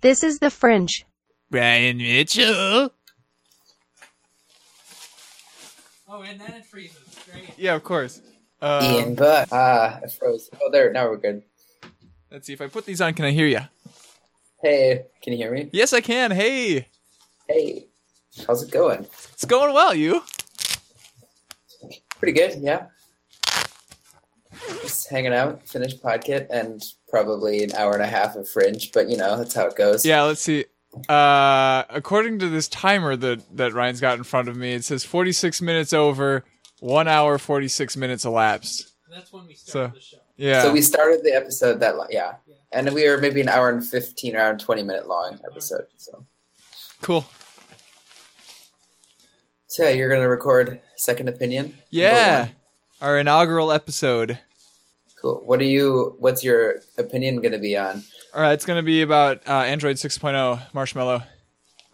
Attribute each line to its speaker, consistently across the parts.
Speaker 1: This is the fringe.
Speaker 2: Brian Mitchell.
Speaker 3: Oh, and then it freezes. Great.
Speaker 4: Yeah, of course. Um,
Speaker 5: Ian, but ah, I froze. Oh, there. Now we're good.
Speaker 4: Let's see if I put these on. Can I hear you?
Speaker 5: Hey, can you hear me?
Speaker 4: Yes, I can. Hey,
Speaker 5: Hey, how's it going?
Speaker 4: it's going well. You?
Speaker 5: Pretty good. Yeah. Just hanging out. Finished podkit and probably an hour and a half of fringe, but you know that's how it goes.
Speaker 4: Yeah. Let's see. Uh, according to this timer that that Ryan's got in front of me, it says 46 minutes over, one hour 46 minutes elapsed.
Speaker 3: That's when we start
Speaker 4: So-
Speaker 3: the show.
Speaker 4: Yeah.
Speaker 5: So we started the episode that long, yeah,
Speaker 3: Yeah.
Speaker 5: and we were maybe an hour and fifteen, hour and twenty minute long episode. So,
Speaker 4: cool.
Speaker 5: so yeah, you're gonna record second opinion.
Speaker 4: Yeah.
Speaker 5: Number one.
Speaker 4: Our inaugural episode.
Speaker 5: cool. What do you? What's your opinion gonna be on?
Speaker 4: All right, it's going to be about uh, Android 6.0 Marshmallow.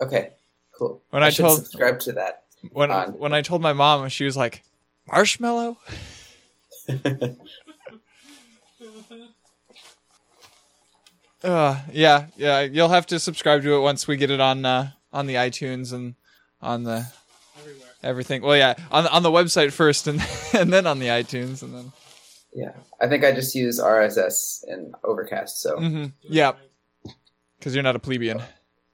Speaker 5: Okay, cool.
Speaker 4: When I
Speaker 5: should
Speaker 4: told-
Speaker 5: subscribe to that.
Speaker 4: When
Speaker 5: On.
Speaker 4: when I told my mom, she was like, "Marshmallow." Uh, yeah, yeah. You'll have to subscribe to it once we get it on uh, on the iTunes and on the
Speaker 3: Everywhere.
Speaker 4: everything. Well, yeah, on on the website first, and and then on the iTunes, and then
Speaker 5: Yeah, I think I just use RSS and Overcast. So,
Speaker 4: mm-hmm.
Speaker 3: Do it
Speaker 4: yeah,
Speaker 3: right.
Speaker 4: because you're not a plebeian.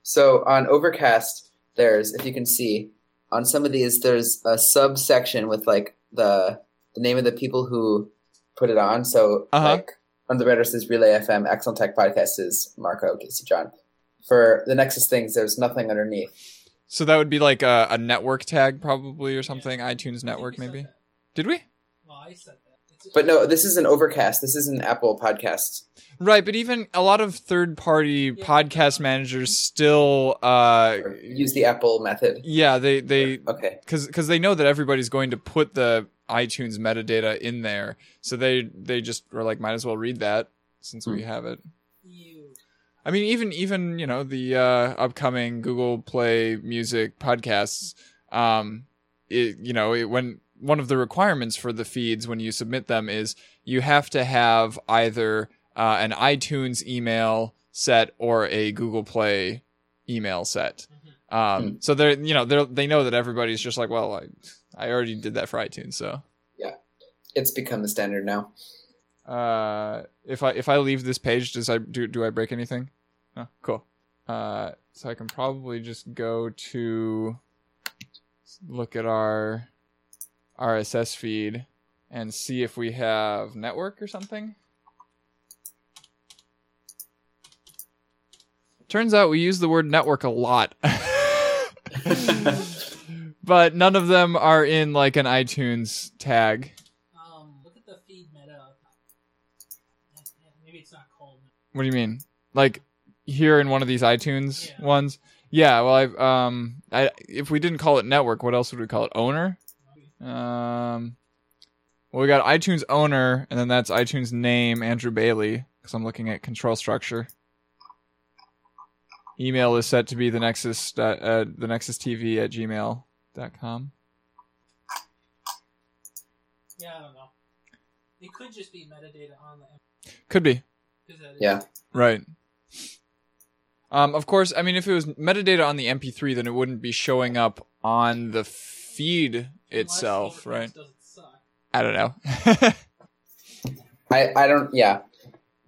Speaker 5: so on Overcast, there's if you can see on some of these, there's a subsection with like the the name of the people who put it on. So,
Speaker 4: Uh-huh.
Speaker 5: like on the Reddit is Relay FM, Excellent Tech Podcast is Marco Casey John. For the Nexus things, there's nothing underneath.
Speaker 4: So that would be like a, a network tag, probably, or something. iTunes network,
Speaker 3: You said
Speaker 4: maybe.
Speaker 3: that.
Speaker 4: Did we?
Speaker 3: Well, I said that. It's-
Speaker 5: But no, this is an Overcast. This is an Apple podcast.
Speaker 4: Right, but even a lot of third-party
Speaker 3: Yeah.
Speaker 4: podcast managers still, uh,
Speaker 5: Or use the Apple method.
Speaker 4: yeah, they they
Speaker 5: Okay.
Speaker 4: because because they know that everybody's going to put the iTunes metadata in there, so they they just were like, might as well read that since we have it.
Speaker 3: You.
Speaker 4: I mean, even even you know the uh, upcoming Google Play Music podcasts. Um, it, you know, it, when one of the requirements for the feeds when you submit them is you have to have either uh, an iTunes email set or a Google Play email set. Um, So they're you know they are they know that everybody's just like, well, I I already did that for iTunes, so.
Speaker 5: It's become the standard now.
Speaker 4: Uh, if I if I leave this page, does I do do I break anything? No, cool. Uh, so I can probably just go to look at our RSS feed and see if we have network or something. Turns out we use the word network a lot. but none of them are in like an iTunes tag.
Speaker 3: Um, look at the feed meta. Yeah, yeah, Maybe it's not cold.
Speaker 4: What do you mean? Like here in one of these iTunes
Speaker 3: Yeah.
Speaker 4: ones? Yeah. Well, I've um, I if we didn't call it network, what else would we call it? Owner. Um, well, we got iTunes owner, and then that's iTunes name Andrew Bailey because I'm looking at control structure. Email is set to be the Nexus dot- uh, the Nexus TV at gmail.com.
Speaker 3: Yeah, I don't know. It could just be metadata on the.
Speaker 4: Could be
Speaker 3: 'cause that is-
Speaker 5: Yeah.
Speaker 4: Right. Um, of course, I mean, if it was metadata on the MP3, then it wouldn't be showing up on the feed
Speaker 3: Unless Overcast
Speaker 4: itself, right?
Speaker 3: Doesn't suck.
Speaker 4: I don't know.
Speaker 5: I, I don't yeah.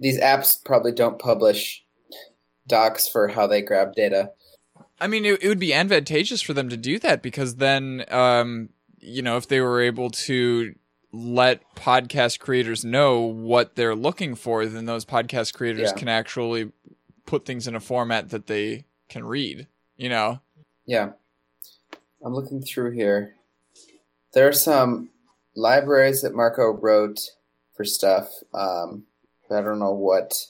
Speaker 5: These apps probably don't publish docs for how they grab data.
Speaker 4: I mean, it, it would be advantageous for them to do that because then, um, you know, if they were able to let podcast creators know what they're looking for, then those podcast creators
Speaker 5: Yeah.
Speaker 4: can actually put things in a format that they can read, you know?
Speaker 5: Yeah. I'm looking through here. There are some libraries that Marco wrote for stuff. Um, I don't know what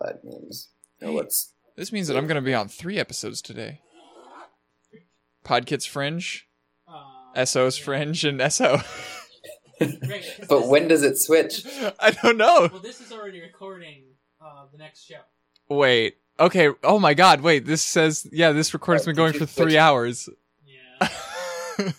Speaker 5: that means. Or what's
Speaker 4: This means that I'm going to be on three episodes today. Podkits Fringe,
Speaker 3: Uh,
Speaker 4: SO's Fringe, and SO.
Speaker 3: Great. 'cause
Speaker 5: but
Speaker 3: this-
Speaker 5: when does it switch?
Speaker 4: I don't know.
Speaker 3: Well, this is already recording uh, the next show.
Speaker 4: Wait. Okay. Oh my God. Wait. This says yeah. This recording's been going for three hours.
Speaker 3: Yeah.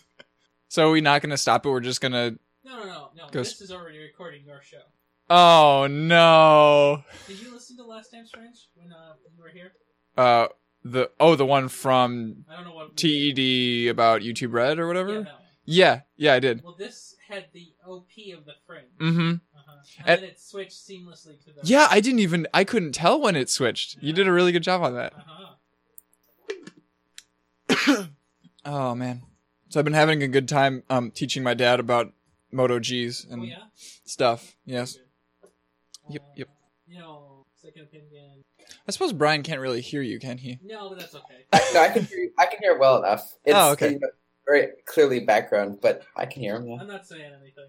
Speaker 4: so are we not going to stop it? We're just going to.
Speaker 3: No, no, no, no.
Speaker 4: Goes-
Speaker 3: This is already recording your show.
Speaker 4: Oh no.
Speaker 3: Did you listen to Last Time Strange when uh, you were here?
Speaker 4: Uh, the oh the one from
Speaker 3: I don't know what.
Speaker 4: TED about YouTube Red
Speaker 3: Yeah,
Speaker 4: or E whatever.
Speaker 3: that one.
Speaker 4: Yeah, yeah, I did.
Speaker 3: Well, this had the OP of the fringe.
Speaker 4: Mm-hmm.
Speaker 3: Uh-huh. And,
Speaker 4: And-
Speaker 3: then it switched seamlessly to the.
Speaker 4: Yeah, I didn't even I couldn't tell when it switched. You did a really good job on that.
Speaker 3: Uh-huh.
Speaker 4: Oh man. So I've been having a good time um teaching my dad about Moto G's and
Speaker 3: oh yeah.
Speaker 4: stuff. Yes.
Speaker 3: Good.
Speaker 4: Yep, yep.
Speaker 3: Uh, You know, second opinion.
Speaker 4: I suppose Brian can't really hear you, can he?
Speaker 3: No, but that's okay.
Speaker 5: No, I can hear. you- I can hear well enough. It's
Speaker 4: Oh, okay.
Speaker 5: you know, very clearly background, but I can hear him. Yeah.
Speaker 3: I'm not saying anything.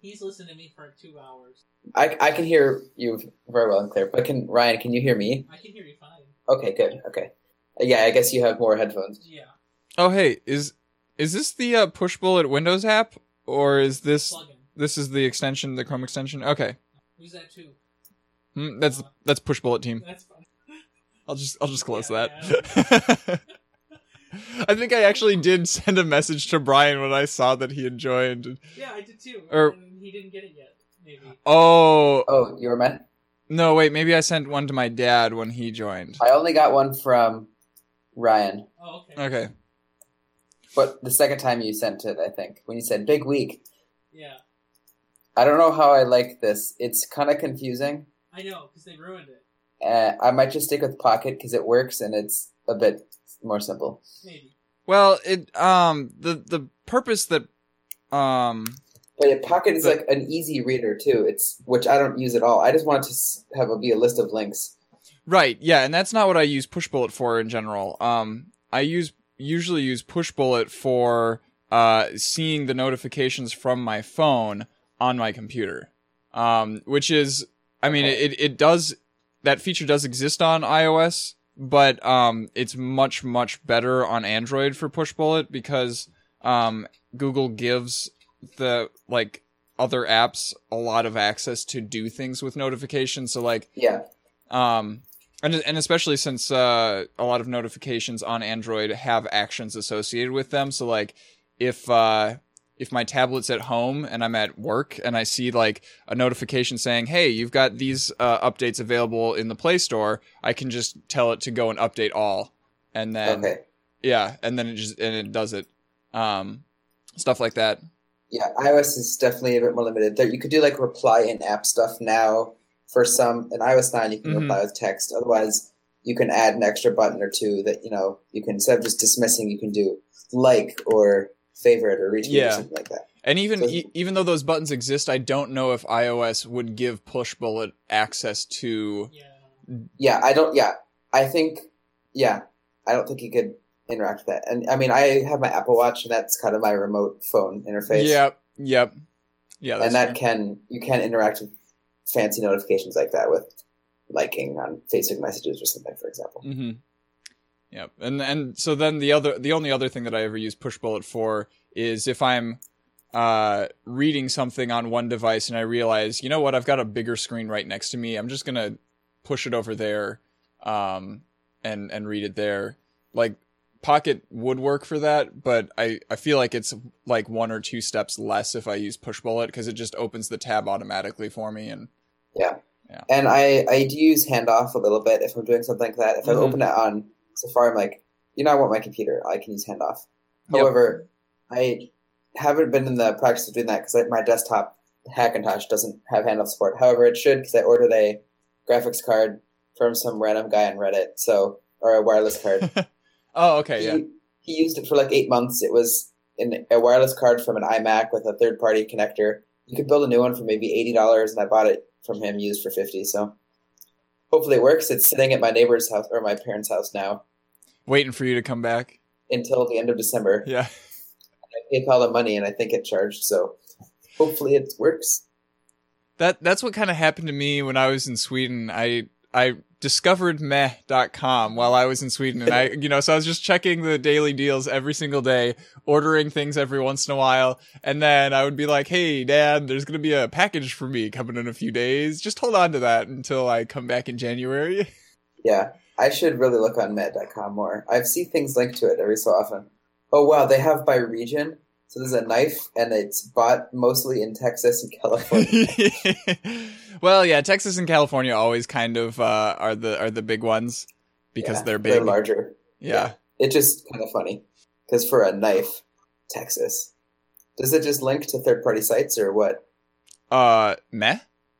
Speaker 3: He's listened to me for two hours.
Speaker 5: I I can hear you very well and clear. But can Ryan? Can you hear me?
Speaker 3: I can hear you fine.
Speaker 5: Okay, good. Okay. Yeah, I guess you have more headphones.
Speaker 3: Yeah.
Speaker 4: Oh hey, is is this the uh, push bullet Windows app or is this
Speaker 3: Plug him.
Speaker 4: this is the extension, the Chrome extension? Okay.
Speaker 3: Who's that to?
Speaker 4: Mm, that's that's push bullet team.
Speaker 3: That's fun.
Speaker 4: I'll just I'll just close
Speaker 3: Yeah,
Speaker 4: that. I think I actually did send a message to Brian when I saw that he had joined.
Speaker 3: Yeah, I did too.
Speaker 4: Or-
Speaker 3: and he didn't get it yet. Maybe.
Speaker 4: Oh
Speaker 5: Oh, you were mad.
Speaker 4: no, wait, maybe I sent one to my dad when he joined.
Speaker 5: I only got one from Ryan,
Speaker 3: Oh, okay.
Speaker 4: Okay.
Speaker 5: but the second time you sent it, I think when you said "big week."
Speaker 3: Yeah,
Speaker 5: I don't know how I like this. It's kind of confusing.
Speaker 3: I know because they ruined it.
Speaker 5: Uh, I might just stick with Pocket because it works and it's a bit more simple.
Speaker 3: Maybe.
Speaker 4: Well, it um the the purpose that um
Speaker 5: But yeah, Pocket is
Speaker 4: But-
Speaker 5: like an easy reader too. It's which I don't use at all. I just want it to s- have a, be a list of links.
Speaker 4: Right. Yeah, and that's not what I use Pushbullet for in general. Um, I use usually use Pushbullet for uh seeing the notifications from my phone on my computer. Um, which is, I mean,
Speaker 5: Okay.
Speaker 4: it it does that feature does exist on iOS, but um, it's much much better on Android for Pushbullet because um, Google gives the like other apps a lot of access to do things with notifications. So like
Speaker 5: Yeah,
Speaker 4: um and, and especially since uh, a lot of notifications on android have actions associated with them so like if uh if my tablet's at home and i'm at work and i see like a notification saying hey you've got these uh, updates available in the play store i can just tell it to go and update all and then
Speaker 5: okay.
Speaker 4: yeah and then it just and it does it um stuff like that
Speaker 5: Yeah, iOS is definitely a bit more limited. There, you could do like reply in app stuff now for some. In iOS nine, you can
Speaker 4: Mhm.
Speaker 5: reply with text. Otherwise, you can add an extra button or two that you know you can instead of just dismissing, you can do like or favorite or retweet or
Speaker 4: Yeah.
Speaker 5: something like that.
Speaker 4: And even
Speaker 5: So-
Speaker 4: e- even though those buttons exist, I don't know if iOS would give Pushbullet access to
Speaker 3: Yeah.
Speaker 5: Yeah, I don't. Yeah, I think. Yeah, I don't think you could interact with that. And I mean, I have my Apple Watch, and that's kind of my remote phone interface.
Speaker 4: Yep, yep, yeah. Oh, That's
Speaker 5: and that
Speaker 4: fair.
Speaker 5: can you can interact with fancy notifications like that with liking on Facebook messages or something, for example.
Speaker 4: hmm Yep. And and so then the other the only other thing that I ever use Pushbullet for is if I'm uh reading something on one device and I realize, you know what, I've got a bigger screen right next to me. I'm just going to push it over there um and and read it there. Like Pocket would work for that, but I I feel like it's like one or two steps less if I use Pushbullet because it just opens the tab automatically for me and
Speaker 5: And I I do use handoff a little bit if I'm doing something like that. If
Speaker 4: Mhm.
Speaker 5: I open it on Safari, I'm like, you know, I want my computer. I can use handoff.
Speaker 4: Yep.
Speaker 5: However, I haven't been in the practice of doing that because my desktop Hackintosh doesn't have handoff support. However, it should because I ordered a graphics card from some random guy on Reddit, so or a wireless card.
Speaker 4: Oh, okay,
Speaker 5: he,
Speaker 4: yeah.
Speaker 5: he used it for like eight months. It was in a wireless card from an iMac with a third party connector. You could build a new one for maybe eighty dollars, and I bought it from him used for fifty. So hopefully it works. It's sitting at my neighbor's house or my parents' house now
Speaker 4: Waiting for you to come back.
Speaker 5: until the end of December.
Speaker 4: Yeah.
Speaker 5: I PayPal the money, and I think it charged. So hopefully it works.
Speaker 4: That that's what kind of happened to me when I was in Sweden. I I discovered meh.com while I was in Sweden and I you know so I was just checking the daily deals every single day, ordering things every once in a while, and then I would be like, "Hey dad, there's going to be a package for me coming in a few days. Just hold on to that until I come back in January."
Speaker 5: Yeah, I should really look on Met.com more. I see things linked to it every so often. Oh wow, they have by region. So there's a knife, and it's bought mostly in Texas and California.
Speaker 4: well, yeah, Texas and California always kind of uh, are the are the big ones because
Speaker 5: Yeah,
Speaker 4: they're big.
Speaker 5: They're larger.
Speaker 4: yeah.
Speaker 5: It's just kind of funny because for a knife, Texas. Does it just link to third-party sites or what?
Speaker 4: Uh, meh.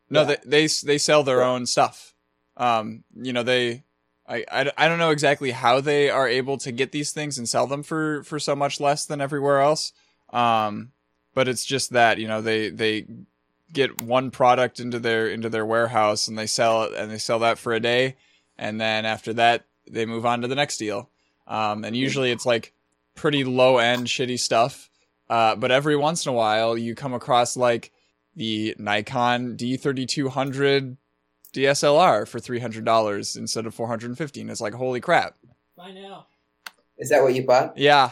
Speaker 4: No,
Speaker 5: Yeah.
Speaker 4: they, they they sell their
Speaker 5: Yeah.
Speaker 4: own stuff. Um, you know they, I, I, I don't know exactly how they are able to get these things and sell them for for so much less than everywhere else. Um, but it's just that you know they they get one product into their into their warehouse and they sell it and they sell that for a day, and then after that they move on to the next deal. Um,
Speaker 5: Hmm.
Speaker 4: and usually it's like pretty low end shitty stuff. Uh, but every once in a while you come across like the Nikon D3200 DSLR for $300 instead of 415. It's like, holy crap.
Speaker 3: Find out.
Speaker 5: Is that what you bought?
Speaker 4: Yeah.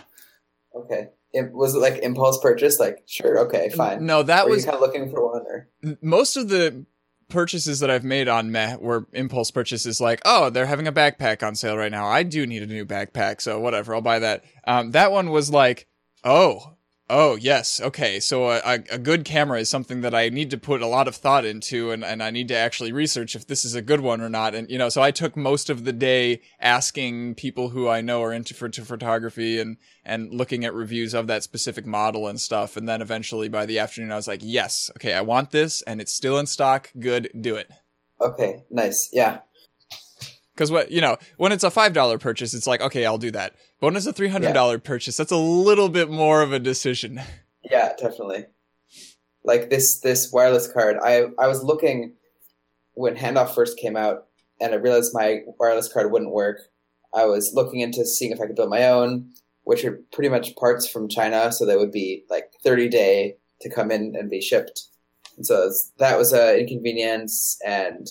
Speaker 5: Okay. It, was it like impulse purchase? Like, sure, okay, fine.
Speaker 4: No, that
Speaker 5: Were
Speaker 4: was
Speaker 5: you kind of looking for one, or
Speaker 4: most of the purchases that I've made on Meh were impulse purchases like, oh, they're having a backpack on sale right now. I do need a new backpack, so whatever, I'll buy that. Um, that one was like, oh, oh, yes, okay. So a, a, a good camera is something that I need to put a lot of thought into and, and I need to actually research if this is a good one or not. And, you know, so I took most of the day asking people who I know are into ph- to photography and, and looking at reviews of that specific model and stuff. And then eventually by the afternoon, I was like, yes, okay, I want this and it's still in stock. Good, do it.
Speaker 5: okay, nice, yeah,
Speaker 4: Because what, you know, when it's a $5 purchase, it's like, okay, I'll do that. But when it's a $300 purchase, that's a little bit more of a decision.
Speaker 5: yeah, definitely. Like this, this wireless card. I I was looking when handoff first came out, and I realized my wireless card wouldn't work. I was looking into seeing if I could build my own, which are pretty much parts from China, so they would be like thirty day to come in and be shipped. And so it's- that was an inconvenience, and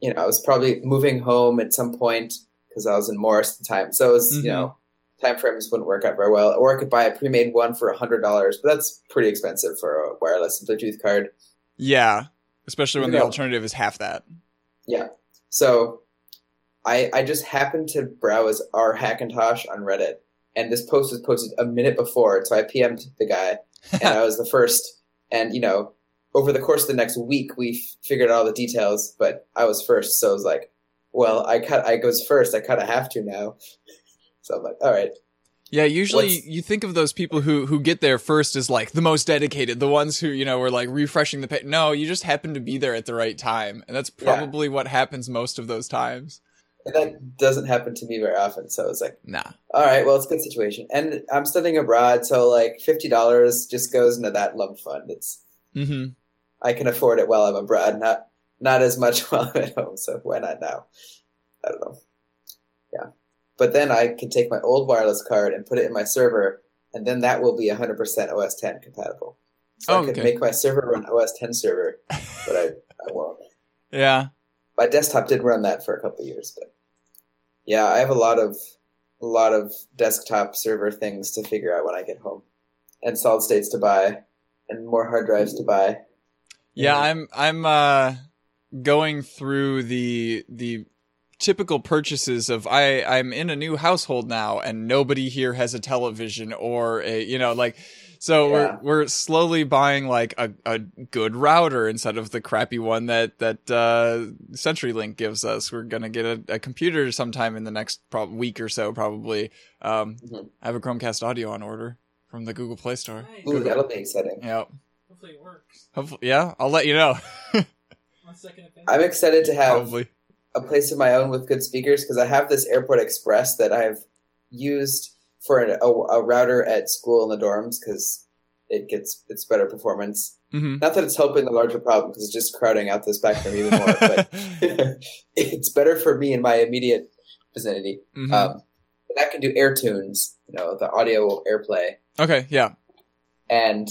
Speaker 5: you know I was probably moving home at some point because I was in Morris at the time, so it was
Speaker 4: Mhm.
Speaker 5: you know time frames wouldn't work out very well. Or I could buy a pre-made one for hundred dollars, but that's pretty expensive for a wireless and Bluetooth card.
Speaker 4: Yeah. Especially when the
Speaker 5: Yeah.
Speaker 4: alternative is half that.
Speaker 5: So I I just happened to browse our Hackintosh on Reddit, and this post was posted a minute before, so I PM'd the guy, and I was the first. And you know, over the course of the next week, we f- figured out all the details, but I was first, so I was like, well, I cut I goes first, I kind of have to now. So I'm like, all right,
Speaker 4: Yeah, usually
Speaker 5: What's-
Speaker 4: you think of those people who who get there first as like the most dedicated, the ones who you know were like refreshing the page. No, you just happen to be there at the right time, and that's
Speaker 5: Yeah.
Speaker 4: probably what happens most of those times.
Speaker 5: and that doesn't happen to me very often, so I was like.
Speaker 4: Nah,
Speaker 5: All right, well, it's a good situation, and I'm studying abroad, so like fifty dollars just goes into that lump fund. It's
Speaker 4: hmm
Speaker 5: I can afford it while I'm abroad, not not as much while I'm at home. So why not now? I don't know. Yeah, but then I can take my old wireless card and put it in my server, and then that will be 100% OS 10 compatible. So
Speaker 4: Oh,
Speaker 5: I could
Speaker 4: okay.
Speaker 5: make my server run OS 10 server, but I, I won't.
Speaker 4: yeah,
Speaker 5: My desktop did run that for a couple of years, but yeah, I have a lot of a lot of desktop server things to figure out when I get home, and solid states to buy, and more hard drives to buy.
Speaker 4: yeah.
Speaker 5: Yeah.
Speaker 4: I'm I'm uh going through the the typical purchases of I I'm in a new household now, and nobody here has a television or a you know like. So
Speaker 5: Yeah.
Speaker 4: we're we're slowly buying like a, a good router instead of the crappy one that that uh, CenturyLink gives us. We're gonna get a, a computer sometime in the next prob- week or so, probably. Um,
Speaker 5: Mhm.
Speaker 4: I have a Chromecast Audio on order from the Google Play Store.
Speaker 3: Nice.
Speaker 5: Ooh, that'll be exciting.
Speaker 4: Yeah,
Speaker 3: Hopefully it works.
Speaker 4: hopefully, yeah. I'll let you know.
Speaker 3: One second opinion.
Speaker 5: I'm excited to have
Speaker 4: probably.
Speaker 5: a place of my own with good speakers because I have this Airport Express that I've used for an, a, a router at school in the dorms because it gets it's better performance.
Speaker 4: hmm
Speaker 5: Not that it's helping the larger problem because it's just crowding out the spectrum even more, but it's better for me in my immediate vicinity.
Speaker 4: Mhm.
Speaker 5: Um, but that can do air tunes, you know, the audio AirPlay,
Speaker 4: okay, yeah.
Speaker 5: and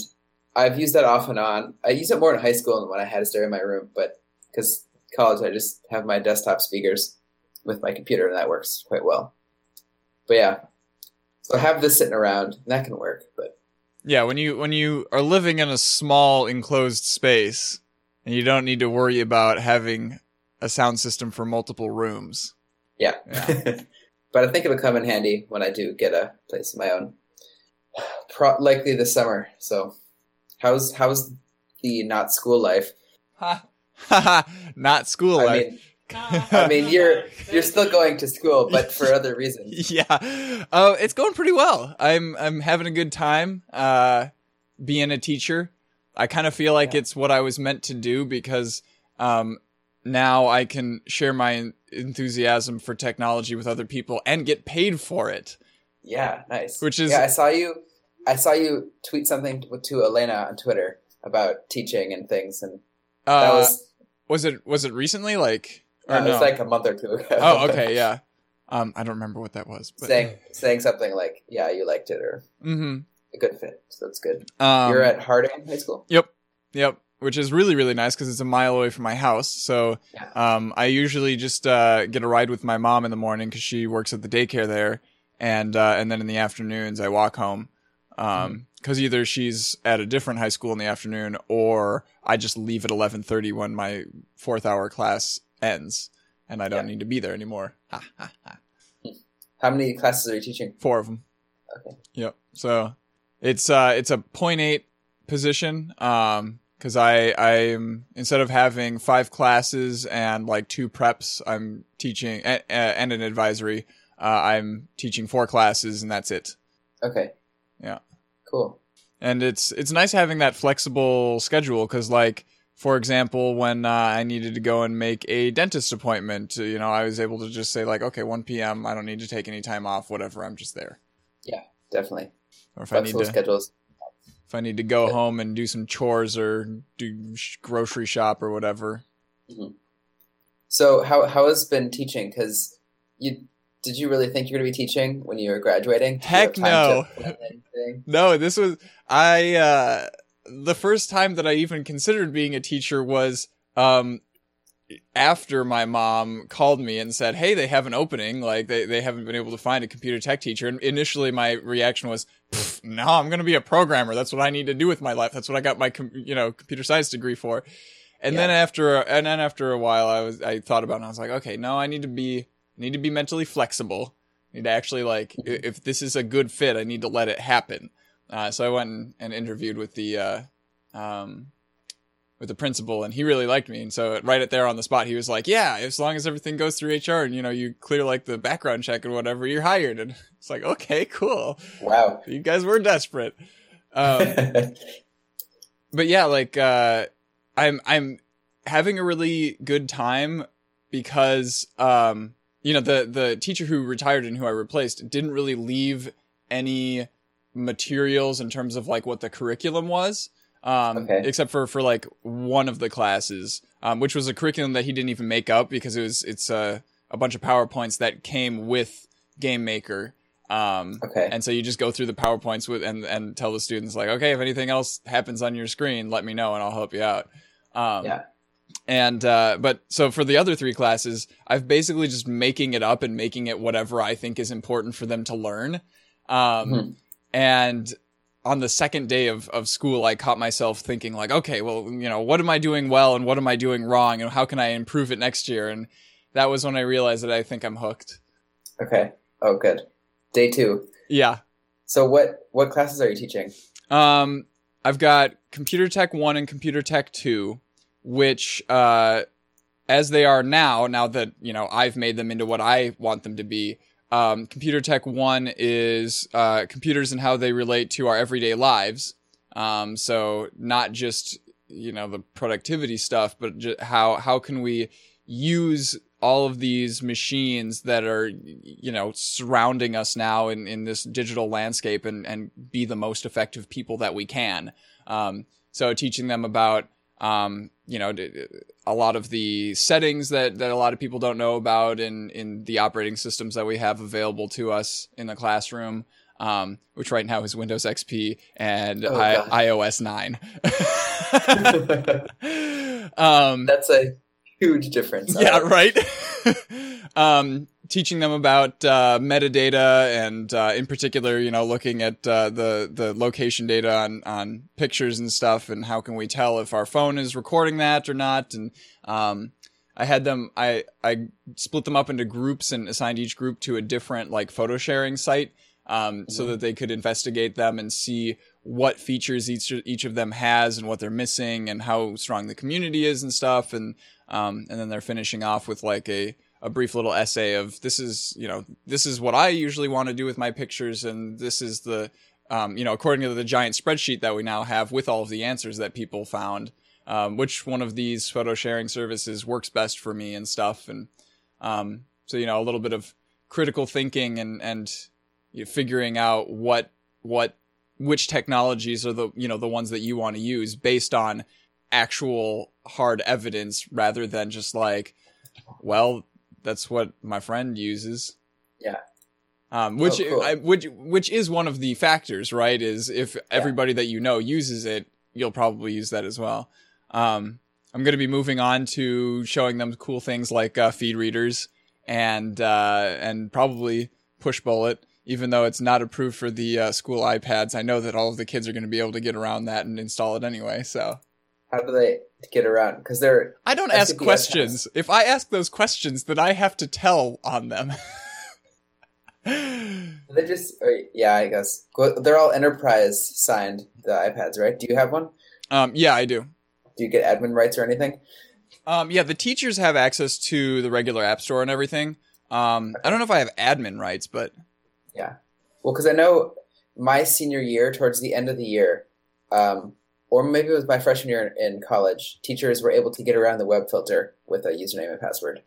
Speaker 5: I've used that off and on. I use it more in high school than when I had it stereo in my room, but because college, I just have my desktop speakers with my computer, and that works quite well. But yeah, so I have this sitting around, and that can work. But
Speaker 4: Yeah, when you when you are living in a small enclosed space and you don't need to worry about having a sound system for multiple rooms.
Speaker 5: yeah,
Speaker 4: Yeah.
Speaker 5: but I think it'll come in handy when I do get a place of my own. pro- likely this summer. So, how's how's the not school life?
Speaker 4: Not school
Speaker 5: I
Speaker 4: life.
Speaker 5: mean,
Speaker 4: I
Speaker 5: mean, you're- you're still going to school, but for other reasons.
Speaker 4: yeah. Oh, it's going pretty well. I'm I'm having a good time uh being a teacher. I kind of feel like
Speaker 5: Yeah.
Speaker 4: it's what I was meant to do because um now I can share my en- enthusiasm for technology with other people and get paid for it.
Speaker 5: Yeah, nice.
Speaker 4: Which is-
Speaker 5: yeah, I saw you. I saw you tweet something to, to Elena on Twitter about teaching and things, and
Speaker 4: Uh
Speaker 5: that
Speaker 4: was,
Speaker 5: was
Speaker 4: it was it recently like or
Speaker 5: that
Speaker 4: no?
Speaker 5: was like a month or two ago.
Speaker 4: oh, okay, yeah. Um I don't remember what that was, but
Speaker 5: saying saying something like, "Yeah, you liked it," or
Speaker 4: Mhm.
Speaker 5: "A good fit." So that's good.
Speaker 4: Um,
Speaker 5: You're at Harding High School.
Speaker 4: Yep, which is really really nice because it's a mile away from my house. So
Speaker 5: Yeah.
Speaker 4: um, I usually just uh, get a ride with my mom in the morning because she works at the daycare there, and uh, and then in the afternoons I walk home because
Speaker 5: Mm-hmm.
Speaker 4: either she's at a different high school in the afternoon or I just leave at eleven thirty when my fourth hour class ends and I don't
Speaker 5: Yeah.
Speaker 4: need to be there anymore. Ha, ha, ha.
Speaker 5: How many classes are you teaching?
Speaker 4: Four of them.
Speaker 5: Okay.
Speaker 4: Yep. So it's uh it's a point eight position. Um, because I I'm instead of having five classes and like two preps, I'm teaching and, and an advisory. Uh, I'm teaching four classes and that's it.
Speaker 5: Okay.
Speaker 4: Yeah.
Speaker 5: Cool.
Speaker 4: And it's it's nice having that flexible schedule because like. For example, when uh, I needed to go and make a dentist appointment, you know, I was able to just say like, okay, 1 p.m. I don't need to take any time off, whatever. I'm just there.
Speaker 5: Definitely.
Speaker 4: Or if I
Speaker 5: Flexible
Speaker 4: need to,
Speaker 5: schedules.
Speaker 4: if I need to go
Speaker 5: Yeah.
Speaker 4: home and do some chores or do sh- grocery shop or whatever.
Speaker 5: So how how has been teaching? Because you did you really think you were going to be teaching when you were graduating? Did you
Speaker 4: Heck
Speaker 5: have time
Speaker 4: no.
Speaker 5: to plan anything?
Speaker 4: No, this was I uh the first time that I even considered being a teacher was um after my mom called me and said, "Hey, they have an opening. Like they they haven't been able to find a computer tech teacher." And initially my reaction was, "Pff, "No, I'm going to be a programmer. That's what I need to do with my life. That's what I got my com- you know, computer science degree for." And then after and then after a while I was I thought about it and I was like, "Okay, no, I need to be I need to be mentally flexible. I need to actually like i- if this is a good fit, I need to let it happen. Uh, so I went and, and interviewed with the uh, um, with the principal, and he really liked me. And so right at there on the spot, he was like, "Yeah, as long as everything goes through HR and you know you clear like the background check and whatever, you're hired." And it's like, "Okay, cool.
Speaker 5: Wow.
Speaker 4: You guys were desperate." Um, but yeah, like uh I'm I'm having a really good time because um you know the the teacher who retired and who I replaced didn't really leave any materials in terms of like what the curriculum was um
Speaker 5: Okay.
Speaker 4: except for for like one of the classes um which was a curriculum that he didn't even make up because it was it's a a bunch of powerpoints that came with game maker um
Speaker 5: okay.
Speaker 4: and so you just go through the powerpoints with and and tell the students like, okay, if anything else happens on your screen, let me know and I'll help you out. Um,
Speaker 5: Yeah.
Speaker 4: And uh, but so for the other three classes, I've basically just making it up and making it whatever I think is important for them to learn. Um,
Speaker 5: Mhm.
Speaker 4: And on the second day of, of school, I caught myself thinking like, okay, well, you know, what am I doing well and what am I doing wrong and how can I improve it next year? And that was when I realized that I think I'm hooked.
Speaker 5: okay. Oh, good. Day two.
Speaker 4: Yeah.
Speaker 5: So what what classes are you teaching?
Speaker 4: Um, I've got Computer Tech One and Computer Tech Two, which, uh, as they are now, now that you know I've made them into what I want them to be. Um, computer Tech One is uh, computers and how they relate to our everyday lives. Um, so not just you know the productivity stuff, but ju- how how can we use all of these machines that are you know surrounding us now in, in this digital landscape and and be the most effective people that we can um, so teaching them about um, you know d- d- a lot of the settings that that a lot of people don't know about in in the operating systems that we have available to us in the classroom um, which right now is Windows XP and
Speaker 5: Oh,
Speaker 4: I-
Speaker 5: God.
Speaker 4: iOS 9 um,
Speaker 5: That's a huge difference.
Speaker 4: yeah,
Speaker 5: Alright.
Speaker 4: right. um, teaching them about uh, metadata and, uh, in particular, you know, looking at uh, the the location data on on pictures and stuff, and how can we tell if our phone is recording that or not? And um, I had them. I I split them up into groups and assigned each group to a different like photo sharing site. um, so that they could investigate them and see what features each each of them has and what they're missing and how strong the community is and stuff and um, and then they're finishing off with like a a brief little essay of this is you know this is what I usually want to do with my pictures and this is the um, you know according to the giant spreadsheet that we now have with all of the answers that people found um, which one of these photo sharing services works best for me and stuff and um, so you know a little bit of critical thinking and and you know, figuring out what what which technologies are the you know the ones that you want to use based on actual hard evidence rather than just like well that's what my friend uses
Speaker 5: Yeah.
Speaker 4: um, which
Speaker 5: Oh, cool.
Speaker 4: I, which which is one of the factors right is if everybody that you know uses it you'll probably use that as well um, i'm going to be moving on to showing them cool things like uh, feed readers and uh, and probably push bullet even though it's not approved for the uh, school ipads i know that all of the kids are going to be able to get around that and install it anyway so
Speaker 5: How do they get around? Because they're
Speaker 4: I don't
Speaker 5: That's
Speaker 4: ask
Speaker 5: if you ask
Speaker 4: questions. If I ask those questions, then I have to tell on them.
Speaker 5: they just or, yeah, I guess Go- they're all enterprise signed the iPads, right? Do you have one?
Speaker 4: um, yeah, I do.
Speaker 5: Do you get admin rights or anything?
Speaker 4: Um, yeah, the teachers have access to the regular app store and everything. Um, I don't know if I have admin rights, but
Speaker 5: Well, because I know my senior year, towards the end of the year, um, or maybe it was my freshman year in, in college, teachers were able to get around the web filter with a username and password.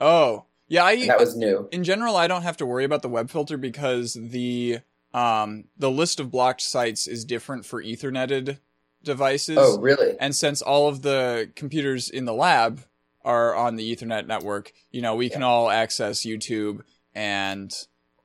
Speaker 4: oh, yeah, I
Speaker 5: And that was new.
Speaker 4: in general I don't have to worry about the web filter because the um the list of blocked sites is different for etherneted devices.
Speaker 5: Oh, really?
Speaker 4: And since all of the computers in the lab are on the Ethernet network, you know, we can all access YouTube and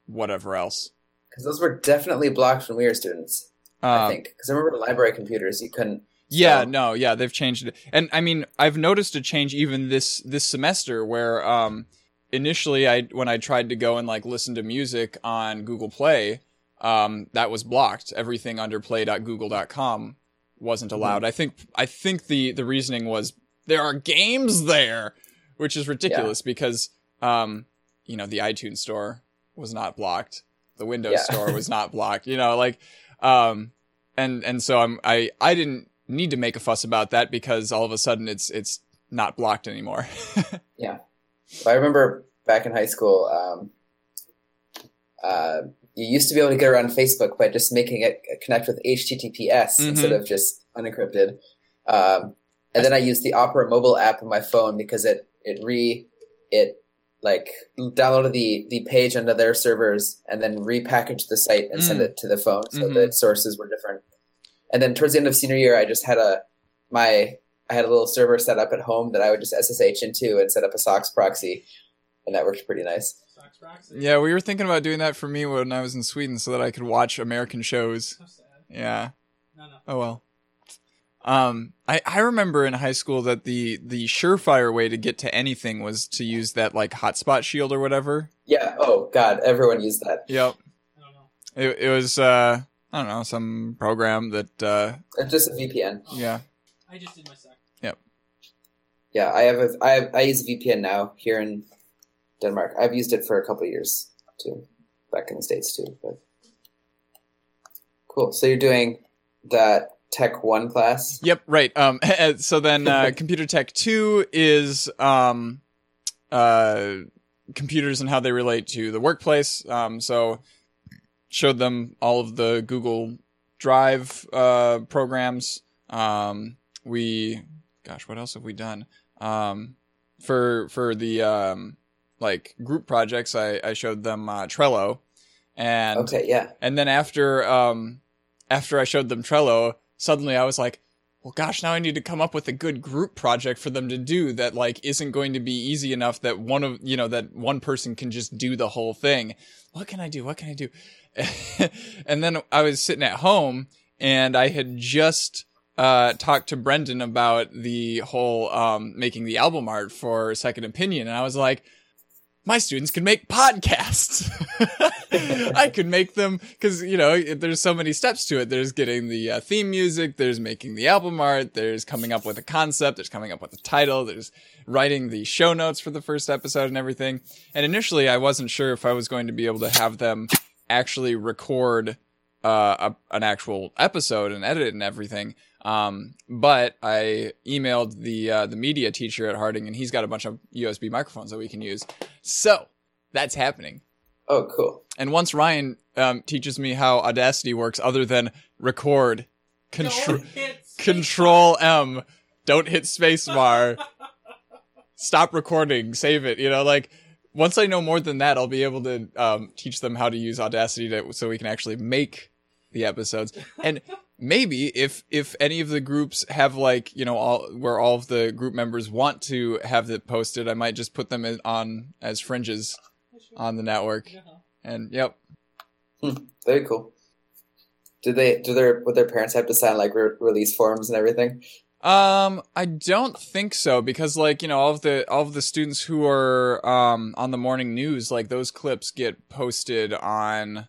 Speaker 4: whatever else.
Speaker 5: Because those were definitely blocked when we were students. I
Speaker 4: Um,
Speaker 5: think because I remember the library computers, you couldn't.
Speaker 4: Yeah,
Speaker 5: So-
Speaker 4: no, yeah, they've changed it. And I mean, I've noticed a change even this this semester where um initially I when I tried to go and like listen to music on Google Play, um that was blocked. Everything under play.google.com wasn't allowed. I think I think the the reasoning was there are games there, which is ridiculous because um you know, the iTunes store was not blocked. The Windows
Speaker 5: Yeah.
Speaker 4: store was not blocked. You know, like um and and so I'm I I didn't need to make a fuss about that because all of a sudden it's it's not blocked anymore.
Speaker 5: I remember back in high school, um, uh, you used to be able to get around Facebook by just making it connect with HTTPS
Speaker 4: Mm-hmm.
Speaker 5: instead of just unencrypted. Um, and then I used the Opera mobile app on my phone because it it re it like downloaded the the page onto their servers and then repackaged the site and sent
Speaker 4: Mm.
Speaker 5: it to the phone so
Speaker 4: Mhm.
Speaker 5: the sources were different. And then towards the end of senior year, I just had a my I had a little server set up at home that I would just SSH into and set up a SOX proxy, and that worked pretty nice.
Speaker 3: Socks Roxy.
Speaker 4: yeah, we were thinking about doing that for me when I was in Sweden so that I could watch American shows.
Speaker 3: So sad.
Speaker 4: Yeah.
Speaker 3: No, no.
Speaker 4: Oh well. Um I I remember in high school that the the surefire way to get to anything was to use that like hotspot shield or whatever.
Speaker 5: Yeah. Oh God, everyone used that.
Speaker 4: Yep.
Speaker 3: I don't know.
Speaker 4: It it was uh I don't know, some program that uh
Speaker 5: It's just a VPN.
Speaker 3: Oh,
Speaker 4: yeah.
Speaker 3: I just did my sock.
Speaker 5: Yeah, I have a I have, I use VPN now here in Denmark. I've used it for a couple of years too, back in the states too. But cool. So you're doing that Tech One class.
Speaker 4: Yep, right. Um, so then uh, Computer Tech 2 is um, uh, computers and how they relate to the workplace. Um, so showed them all of the Google Drive uh, programs. Um, we, gosh, what else have we done? Um, for for the um, like group projects, I, I showed them uh, Trello, and
Speaker 5: Okay. Yeah.
Speaker 4: and then after um after I showed them Trello, suddenly I was like, well gosh, now I need to come up with a good group project for them to do that like isn't going to be easy enough that one of you know that one person can just do the whole thing. What can I do? What can I do? and then I was sitting at home and I had just uh, talked to Brendan about the whole um, making the album art for Second Opinion, and I was like, my students can make podcasts. I could make them because you know it- there's so many steps to it. There's getting the uh, theme music, there's making the album art, there's coming up with a concept, there's coming up with a title, there's writing the show notes for the first episode and everything. And initially, I wasn't sure if I was going to be able to have them actually record uh, a, an actual episode and edit it and everything. Um, but I emailed the uh, the media teacher at Harding, and he's got a bunch of USB microphones that we can use. So that's happening.
Speaker 5: Oh, cool.
Speaker 4: And once Ryan um, teaches me how Audacity works, other than record, control,
Speaker 3: Don't hit space.
Speaker 4: control M, don't hit spacebar, stop recording, save it. You know, like once I know more than that, I'll be able to um, teach them how to use Audacity to, so we can actually make the episodes. And maybe if if any of the groups have like you know all where all of the group members want to have it posted, I might just put them in, on as fringes on the network.
Speaker 3: Yeah.
Speaker 4: And yep,
Speaker 5: Very cool. Do they do their would their parents have to sign like re- release forms and everything?
Speaker 4: Um, I don't think so because like, you know, all of the all of the students who are um on the morning news, like those clips get posted on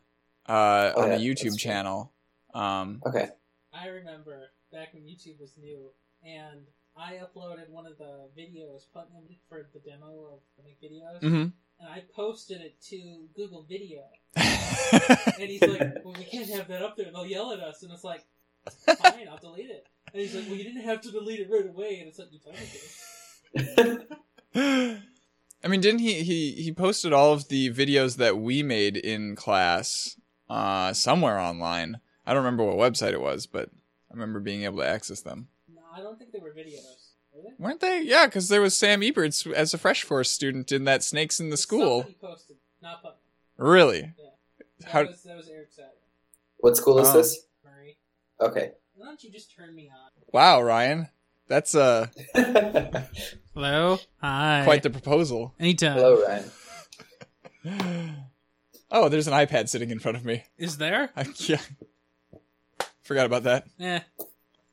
Speaker 4: uh
Speaker 5: Oh,
Speaker 4: on
Speaker 5: yeah,
Speaker 4: the
Speaker 5: that's
Speaker 4: YouTube
Speaker 5: true.
Speaker 4: channel. Um
Speaker 5: Okay.
Speaker 3: I remember back when YouTube was new, and I uploaded one of the videos Putnam did for the demo of Make Videos,
Speaker 4: mhm.
Speaker 3: and I posted it to Google Video. And he's like, "Well, we can't have that up there; they'll yell at us." And it's like, "Fine, I'll delete it." And he's like, "Well, you didn't have to delete it right away." And it's like, "You told me to."
Speaker 4: I mean, didn't he he he posted all of the videos that we made in class uh somewhere online. I don't remember what website it was, but I remember being able to access them.
Speaker 3: No, I don't think they were videos. Were they?
Speaker 4: Weren't they? Yeah, because there was Sam Eberts as a Fresh Force student in that Snakes in the School.
Speaker 3: Somebody posted, not Putnam.
Speaker 4: Really?
Speaker 3: That
Speaker 4: How-
Speaker 3: was that was Eric Satter.
Speaker 5: what school is
Speaker 4: Oh.
Speaker 5: this?
Speaker 3: Murray,
Speaker 5: Okay.
Speaker 3: why don't you just turn me on?
Speaker 4: Wow, Ryan. That's uh,
Speaker 3: Hello, hi.
Speaker 4: quite the proposal.
Speaker 3: Anytime.
Speaker 5: Hello, Ryan.
Speaker 4: Oh, there's an iPad sitting in front of me.
Speaker 3: Is there?
Speaker 4: I, yeah. Forgot about that.
Speaker 3: Eh.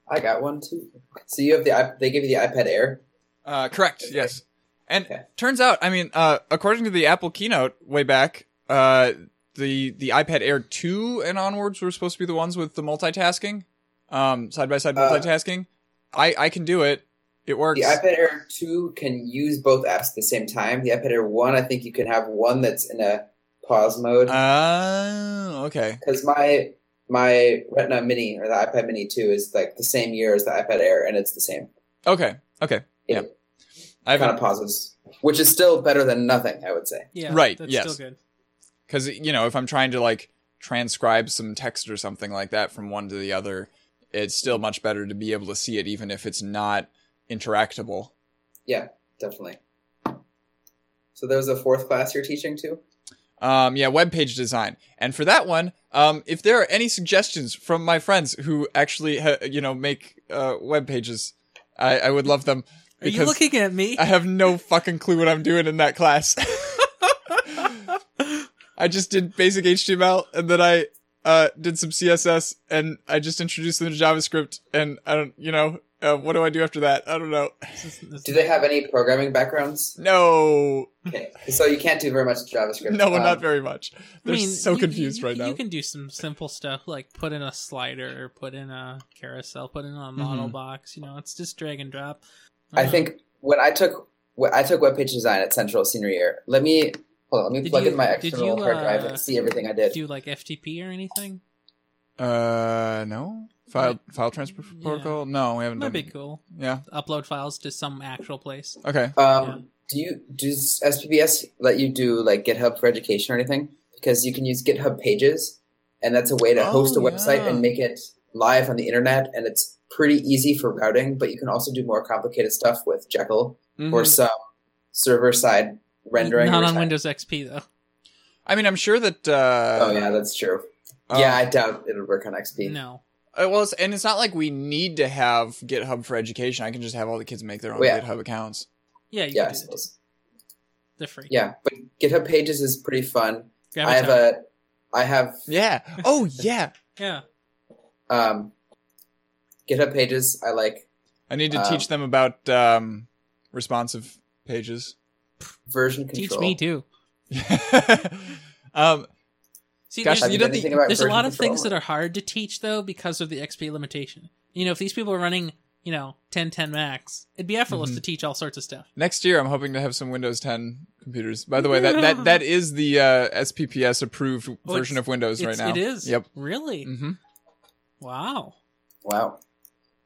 Speaker 5: I got one too. So you have the iP- they give you the iPad Air.
Speaker 4: Uh, correct. Yes. And
Speaker 5: Okay.
Speaker 4: turns out, I mean, uh, according to the Apple keynote way back, uh, the the iPad Air two and onwards were supposed to be the ones with the multitasking, um, side by side
Speaker 5: Uh,
Speaker 4: multitasking. I I can do it. It works.
Speaker 5: The iPad Air two can use both apps at the same time. The iPad Air one, I think you can have one that's in a pause mode.
Speaker 4: Uh. Oh, okay.
Speaker 5: because my my Retina Mini or the iPad Mini two is like the same year as the iPad Air, and it's the same.
Speaker 4: Okay. Okay. Yeah.
Speaker 5: Yeah.
Speaker 4: I
Speaker 5: Kind
Speaker 4: haven't
Speaker 5: of pauses, which is still better than nothing, I would say.
Speaker 3: Yeah,
Speaker 4: Right,
Speaker 3: That's
Speaker 4: yes.
Speaker 3: still good.
Speaker 4: because you know if I'm trying to like transcribe some text or something like that from one to the other, it's still much better to be able to see it, even if it's not interactable.
Speaker 5: Definitely. So there was a fourth class you're teaching too.
Speaker 4: Um, yeah, web page design. And for that one, um, if there are any suggestions from my friends who actually, ha- you know, make uh, web pages, I-, I would love them
Speaker 3: Are you
Speaker 4: because
Speaker 3: looking at me?
Speaker 4: I have no fucking clue what I'm doing in that class. I just did basic HTML and then I uh, did some CSS and I just introduced them to JavaScript and I don't, you know, uh, what do I do after that? I don't know.
Speaker 5: Do they have any programming backgrounds?
Speaker 4: No,
Speaker 5: Okay, so you can't do very much JavaScript.
Speaker 4: no,
Speaker 5: Um,
Speaker 4: not very much. They're so
Speaker 1: you-
Speaker 4: confused
Speaker 1: you-
Speaker 4: right now.
Speaker 1: You can do some simple stuff like put in a slider, or put in a carousel, put in a model
Speaker 4: Mm-hmm.
Speaker 1: box. You know, it's just drag and drop. Uh,
Speaker 5: I
Speaker 1: don't
Speaker 5: think when I took when I took web page design at Central senior year. Let me hold on. Let me
Speaker 1: Did
Speaker 5: plug
Speaker 1: you-
Speaker 5: in my
Speaker 1: did you,
Speaker 5: external hard drive
Speaker 1: uh,
Speaker 5: and see everything I
Speaker 1: know.
Speaker 5: did.
Speaker 1: do like FTP or anything.
Speaker 4: Uh, no. File file transfer
Speaker 1: Yeah.
Speaker 4: protocol? No, we haven't
Speaker 1: That'd
Speaker 4: done.
Speaker 1: be cool.
Speaker 4: Yeah.
Speaker 1: Upload files to some actual place.
Speaker 4: Okay.
Speaker 5: Um,
Speaker 1: Yeah.
Speaker 5: Do you does SPBS let you do like GitHub for education or anything? Because you can use GitHub Pages, and that's a way to
Speaker 4: Oh,
Speaker 5: host a website
Speaker 4: yeah.
Speaker 5: and make it live on the internet, and it's pretty easy for routing. But you can also do more complicated stuff with Jekyll or
Speaker 4: Mhm.
Speaker 5: some server side rendering.
Speaker 1: Mm-hmm. Not
Speaker 5: or
Speaker 1: on
Speaker 5: time-
Speaker 1: Windows XP though.
Speaker 4: I mean, I'm sure that. Uh,
Speaker 5: Oh yeah, that's true.
Speaker 4: uh,
Speaker 5: yeah, I doubt it'll work on XP.
Speaker 1: Oh. No.
Speaker 4: uh, well, it's, and it's not like we need to have GitHub for education. I can just have all the kids make their own
Speaker 5: Oh, yeah.
Speaker 4: GitHub accounts.
Speaker 1: Yeah, you
Speaker 5: yeah, I
Speaker 1: can do that.
Speaker 5: suppose.
Speaker 1: They're free.
Speaker 5: yeah, but GitHub Pages is pretty fun.
Speaker 1: Grab
Speaker 5: I have
Speaker 1: tab.
Speaker 5: a, I have
Speaker 4: Yeah. Oh yeah.
Speaker 1: yeah.
Speaker 5: um, GitHub Pages. I like
Speaker 4: I need to
Speaker 5: Um,
Speaker 4: teach them about um, responsive pages.
Speaker 5: version control.
Speaker 1: Teach me too.
Speaker 4: um,
Speaker 1: See,
Speaker 4: Gosh,
Speaker 1: there's,
Speaker 5: Have
Speaker 4: You
Speaker 5: you
Speaker 4: know,
Speaker 5: done
Speaker 4: the-
Speaker 5: anything about
Speaker 1: there's a
Speaker 5: version
Speaker 1: lot of
Speaker 5: control?
Speaker 1: things that are hard to teach though because of the XP limitation. You know, if these people were running, you know, 1010 max. It'd be effortless
Speaker 4: Mm-hmm.
Speaker 1: to teach all sorts of stuff.
Speaker 4: Next year, I'm hoping to have some Windows 10 computers. By the way, that that, that is the uh, SPPS approved
Speaker 1: Oh,
Speaker 4: version
Speaker 1: it's-
Speaker 4: of Windows right
Speaker 1: It's-
Speaker 4: now.
Speaker 1: It is.
Speaker 4: Yep.
Speaker 1: Really?
Speaker 4: Mm-hmm.
Speaker 1: Wow.
Speaker 5: Wow.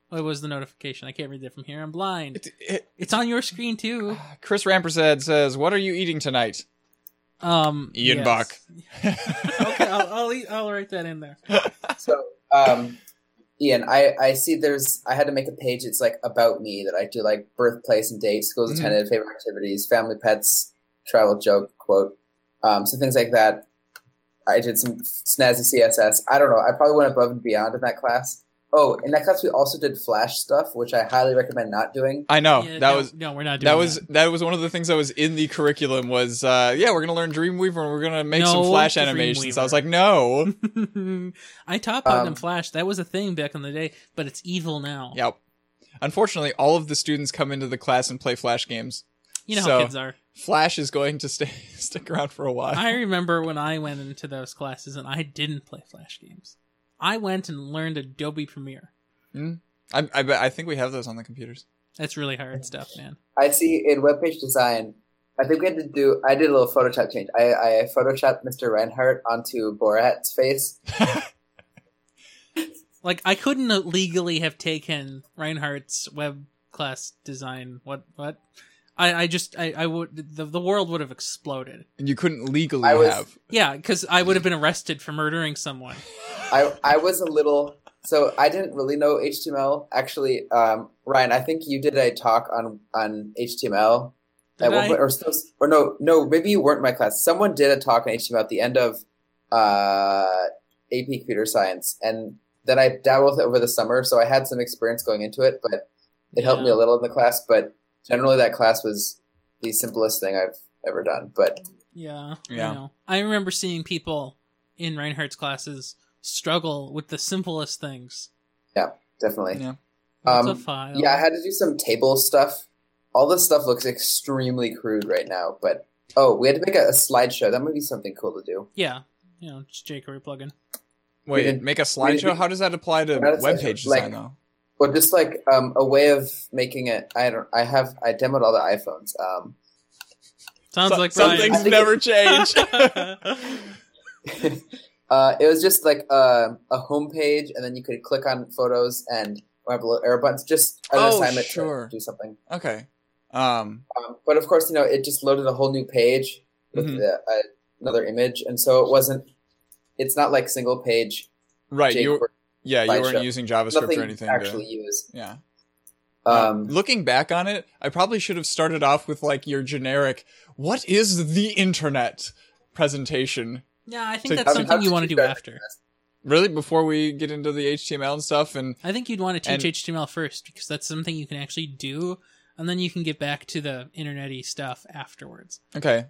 Speaker 1: What was the notification? I can't read that from here. I'm blind.
Speaker 4: It, it,
Speaker 1: It's on your screen too.
Speaker 4: Chris Rampersad says, "What are you eating tonight?"
Speaker 1: Um,
Speaker 4: Ian Buck.
Speaker 1: okay, I'll I'll, eat, I'll write that in there.
Speaker 5: So, um, Ian, I, I see there's, I had to make a page. It's like about me that I do like birthplace and date, schools
Speaker 4: Mhm.
Speaker 1: Mm-hmm.
Speaker 5: attended, favorite activities, family pets, travel joke, quote. Um, so things like that. I did some snazzy CSS. I don't know. I probably went above and beyond in that class. Oh, in that class, we also did Flash stuff, which I highly recommend not doing.
Speaker 4: I know
Speaker 1: Yeah,
Speaker 4: Oh, that was
Speaker 1: no, we're not doing
Speaker 4: that was that. was one of the things that was in the curriculum. Was uh, yeah, we're gonna learn Dreamweaver and we're gonna make some
Speaker 1: No
Speaker 4: Flash animations. I was like, no.
Speaker 1: I taught Putnam
Speaker 5: Um,
Speaker 1: Flash. That was a thing back in the day, but it's evil now.
Speaker 4: yep. Unfortunately, all of the students come into the class and play Flash games.
Speaker 1: You know
Speaker 4: So-
Speaker 1: how kids are.
Speaker 4: Flash is going to stay stick around for a while.
Speaker 1: I remember when I went into those classes and I didn't play Flash games. I went and learned Adobe Premiere.
Speaker 4: I, I, bet- I think we have those on the computers.
Speaker 1: That's really hard stuff, man.
Speaker 5: I see in webpage design, I think we had to do, I did a little Photoshop change. I, I Photoshopped Mr. Reinhardt onto Borat's face.
Speaker 1: Like I couldn't legally have taken Reinhardt's web class design. What what? I, I just I, I would the, the world would have exploded.
Speaker 4: And you couldn't legally
Speaker 5: I was-
Speaker 4: have.
Speaker 1: Yeah, because I would have been arrested for murdering someone.
Speaker 5: I I was a little so I didn't really know HTML. Actually, um, Ryan, I think you did a talk on on HTML
Speaker 1: Did
Speaker 5: at one
Speaker 1: I?
Speaker 5: point, or, so- or no, no, maybe you weren't in my class. Someone did a talk on HTML at the end of uh, AP Computer Science, and then I dabbled with it over the summer, so I had some experience going into it, but it helped me
Speaker 1: Yeah.
Speaker 5: a little in the class. But generally, that class was the simplest thing I've ever done. But
Speaker 1: Yeah.
Speaker 4: Yeah.
Speaker 1: I, know. I remember seeing people in Reinhardt's classes struggle with the simplest things.
Speaker 5: definitely,
Speaker 4: Yeah.
Speaker 1: What's
Speaker 5: Um,
Speaker 1: a file?
Speaker 5: Yeah, I had to do some table stuff. All this stuff looks extremely crude right now, but oh, we had to make a, a slideshow. That might be something cool to do.
Speaker 1: yeah. You know, just jQuery plugin.
Speaker 4: Wait,
Speaker 5: didn't-
Speaker 4: make a
Speaker 5: we
Speaker 4: slideshow?
Speaker 5: didn't-
Speaker 4: How does that apply to
Speaker 5: Not a
Speaker 4: web
Speaker 5: slideshow,
Speaker 4: page
Speaker 5: like-
Speaker 4: design, though?
Speaker 5: Or just like um, a way of making it. I don't. I have. I demoed all the iPhones. Um,
Speaker 1: Sounds
Speaker 4: So-
Speaker 1: like
Speaker 4: some
Speaker 1: Brian.
Speaker 5: I
Speaker 4: things
Speaker 5: think
Speaker 4: never change.
Speaker 5: uh, it was just like a, a homepage, and then you could click on photos and or have little arrow buttons. Just an
Speaker 4: Oh,
Speaker 5: assignment
Speaker 4: sure.
Speaker 5: to do something.
Speaker 4: okay. Um,
Speaker 5: Um, but of course, you know, it just loaded a whole new page with
Speaker 4: Mhm.
Speaker 5: the, uh, another image, and so it wasn't. It's not like single page.
Speaker 4: right. You
Speaker 5: jQuery.
Speaker 4: yeah, you weren't
Speaker 5: slideshow.
Speaker 4: using JavaScript
Speaker 5: nothing
Speaker 4: or anything. to-
Speaker 5: actually use.
Speaker 4: yeah.
Speaker 5: Um,
Speaker 4: Looking back on it, I probably should have started off with like your generic "What is the internet?" presentation.
Speaker 1: yeah, I
Speaker 4: So-
Speaker 1: think that's
Speaker 5: How- how
Speaker 1: something
Speaker 5: did
Speaker 1: you want to do
Speaker 5: guys
Speaker 1: after.
Speaker 5: this?
Speaker 4: Really, before we get into the HTML and stuff, and
Speaker 1: I think you'd want to
Speaker 4: And-
Speaker 1: teach HTML first because that's something you can actually do, and then you can get back to the internety stuff afterwards.
Speaker 4: Okay.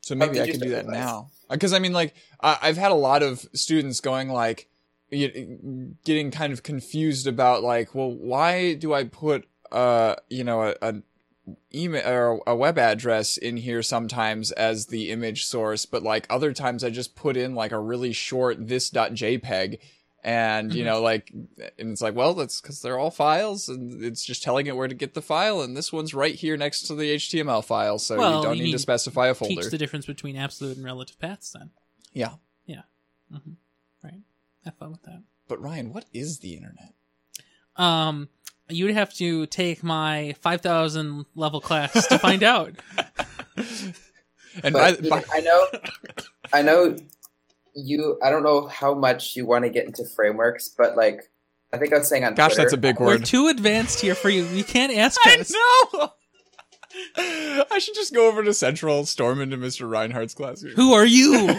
Speaker 4: So maybe
Speaker 5: did
Speaker 4: I
Speaker 5: you
Speaker 4: can do
Speaker 5: start
Speaker 4: that
Speaker 5: with ice?
Speaker 4: now. Because I mean, like, I, I've had a lot of students going like, y- getting kind of confused about like, well, why do I put, uh, you know, a, a email or a web address in here sometimes as the image source, but like other times I just put in like a really short this.jpg. E And you
Speaker 5: Mm-hmm.
Speaker 1: Mhm.
Speaker 4: know, like, and it's like, well, that's because they're all files, and it's just telling it where to get the file, and this one's right here next to the HTML file, so you
Speaker 1: Well,
Speaker 4: don't
Speaker 1: you
Speaker 4: need to
Speaker 1: need-
Speaker 4: specify a folder.
Speaker 1: Teach the difference between absolute and relative paths. Then
Speaker 4: yeah,
Speaker 1: hmm right? Have fun with that.
Speaker 4: but Ryan, what is the internet?
Speaker 1: um you'd have to take my 5000 level class to find out
Speaker 4: And by,
Speaker 5: But,
Speaker 4: by,
Speaker 5: I know, I know you. I don't know how much you want to get into frameworks, but like, I think I was saying on
Speaker 4: gosh,
Speaker 5: Twitter-
Speaker 4: that's a big
Speaker 1: we're
Speaker 4: word.
Speaker 1: too advanced here for you you can't ask
Speaker 4: I
Speaker 1: us
Speaker 4: know. I should just go over to Central, storm into Mr. Reinhardt's class.
Speaker 1: who are you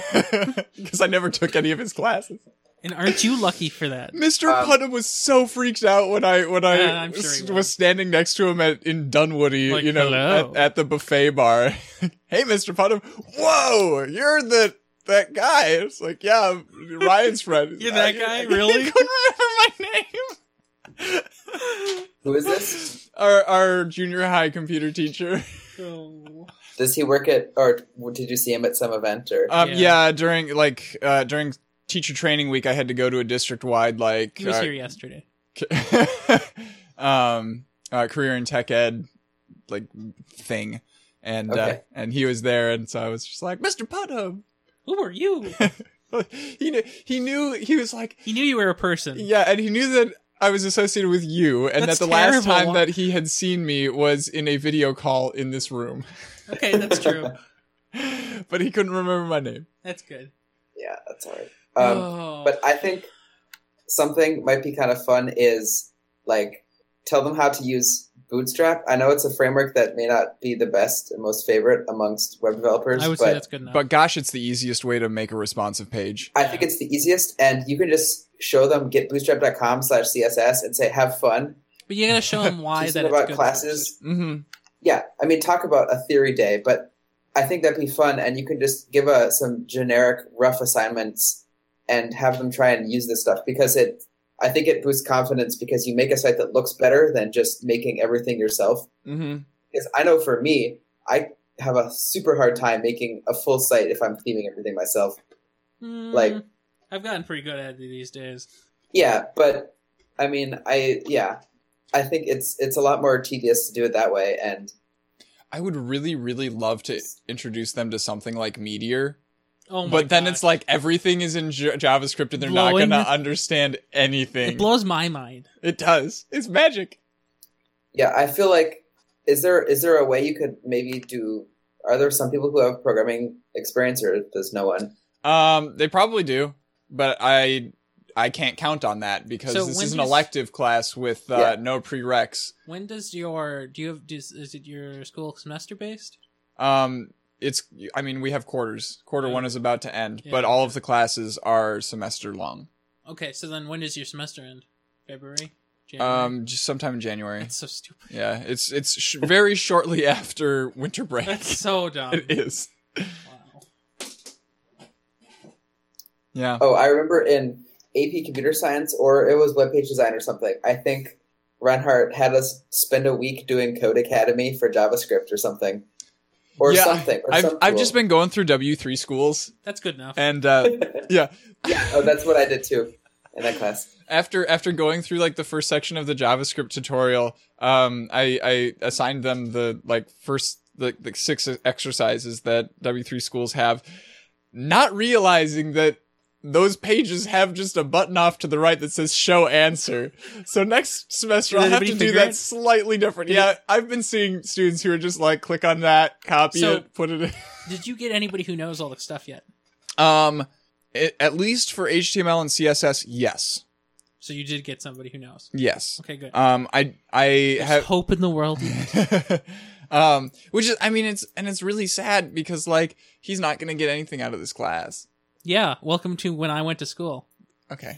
Speaker 4: Because I never took any of his classes.
Speaker 1: and aren't you lucky for that
Speaker 4: Mr.
Speaker 5: Um,
Speaker 4: Putnam was so freaked out when I when I
Speaker 1: Yeah, I'm sure he
Speaker 4: s-
Speaker 1: was.
Speaker 4: was standing next to him at in Dunwoody,
Speaker 1: Like,
Speaker 4: you know,
Speaker 1: hello.
Speaker 4: at, at the buffet bar. hey, Mr. Putnam, whoa, you're the that guy. It's like, yeah, I'm Ryan's friend.
Speaker 1: You're that
Speaker 4: I-
Speaker 1: guy?
Speaker 4: I-
Speaker 1: Really?
Speaker 4: I couldn't remember my name.
Speaker 5: Who is this?
Speaker 4: Our our junior high computer teacher.
Speaker 5: Does he work at, or did you see him at some event? Or
Speaker 4: Um, yeah.
Speaker 1: Yeah.
Speaker 4: during like uh during teacher training week, I had to go to a district wide like
Speaker 1: he was
Speaker 4: uh,
Speaker 1: here yesterday
Speaker 4: um, uh, career in tech ed like thing, and uh,
Speaker 5: Okay.
Speaker 4: and he was there, and so I was just like, Mister Putnam.
Speaker 3: Who are you?
Speaker 4: he knew he knew he was like
Speaker 1: He knew you were a person.
Speaker 4: yeah, and he knew that. I was associated with you, and
Speaker 1: That's
Speaker 4: that the last
Speaker 1: terrible.
Speaker 4: time that he had seen me was in a video call in this room,
Speaker 1: Okay, that's true.
Speaker 4: but he couldn't remember my name.
Speaker 1: That's good.
Speaker 5: Yeah, that's all right. Um,
Speaker 4: uh,
Speaker 1: oh.
Speaker 5: But I think something might be kind of fun is like tell them how to use Bootstrap. I know it's a framework that may not be the best and most favorite amongst web developers,
Speaker 1: I would say
Speaker 5: but
Speaker 1: that's good enough.
Speaker 4: But gosh, it's the easiest way to make a responsive page.
Speaker 5: I think it's the easiest. And you can just show them getbootstrap.com slash CSS and say, have fun.
Speaker 1: But you gotta show them why
Speaker 5: Teach
Speaker 1: that
Speaker 5: them
Speaker 1: it's
Speaker 5: about
Speaker 1: good
Speaker 5: classes.
Speaker 4: Mm-hmm.
Speaker 5: Yeah, I mean, talk about a theory day, but I think that'd be fun. And you can just give uh, some generic rough assignments and have them try and use this stuff because it, I think it boosts confidence because you make a site that looks better than just making everything yourself.
Speaker 4: Mm-hmm.
Speaker 5: Because I know for me, I have a super hard time making a full site if I'm theming everything myself.
Speaker 1: Mm,
Speaker 5: Like-
Speaker 1: I've gotten pretty good at it these days.
Speaker 5: Yeah, but I mean, I yeah, I think it's it's a lot more tedious to do it that way. And
Speaker 4: I would really, really love to introduce them to something like Meteor,
Speaker 1: Oh my
Speaker 4: but then
Speaker 1: God.
Speaker 4: it's like everything is in J- JavaScript and they're
Speaker 1: Blowing-
Speaker 4: not going to understand anything.
Speaker 1: it
Speaker 4: It,
Speaker 1: blows my mind.
Speaker 4: does. It's magic.
Speaker 5: yeah, I feel like is there is there a way you could maybe do? Are there some people who have programming experience, or does no one?
Speaker 4: Um, they probably do, but I I can't count on that because
Speaker 1: So
Speaker 4: this
Speaker 1: when
Speaker 4: is an
Speaker 1: does-
Speaker 4: elective class with uh,
Speaker 5: Yeah.
Speaker 4: no prereqs.
Speaker 1: When does your do you have does, is it your school semester based?
Speaker 4: Um, it's I mean we have quarters. Quarter one is about to end,
Speaker 1: Yeah.
Speaker 4: but all of the classes are semester long.
Speaker 1: Okay, so then when does your semester end? February, January.
Speaker 4: Um, just sometime in January.
Speaker 1: that's so stupid.
Speaker 4: Yeah, it's it's sh- very shortly after winter break.
Speaker 1: That's so dumb.
Speaker 4: it is.
Speaker 1: Wow.
Speaker 4: Yeah.
Speaker 5: Oh, I remember in AP Computer Science, or it was web page design or something. I think Reinhardt had us spend a week doing Code Academy for JavaScript or something, or
Speaker 4: Yeah,
Speaker 5: something. Or
Speaker 4: I've
Speaker 5: some
Speaker 4: I've
Speaker 5: tool.
Speaker 4: just been going through W three schools
Speaker 1: That's good enough.
Speaker 4: and uh, yeah
Speaker 5: oh, that's what I did too in that class.
Speaker 4: after after going through like the first section of the JavaScript tutorial, um, I I assigned them the like first the, the six exercises that W three schools have, not realizing that those pages have just a button off to the right that says show answer. So next semester
Speaker 1: Did
Speaker 4: I'll have to
Speaker 1: anybody
Speaker 4: do
Speaker 1: figure
Speaker 4: that
Speaker 1: it?
Speaker 4: slightly different.
Speaker 1: Did-
Speaker 4: Yeah, I've been seeing students who are just like click on that, copy
Speaker 1: So-
Speaker 4: it, put it in.
Speaker 1: Did you get anybody who knows all the stuff yet?
Speaker 4: Um it, at least for HTML and CSS, yes.
Speaker 1: So you did get somebody who knows.
Speaker 4: Yes.
Speaker 1: Okay, good.
Speaker 4: Um I I
Speaker 1: There's
Speaker 4: have
Speaker 1: hope in the world.
Speaker 4: um, which is, I mean, it's and it's really sad because like he's not gonna get anything out of this class.
Speaker 1: yeah, welcome to when I went to school.
Speaker 4: Okay.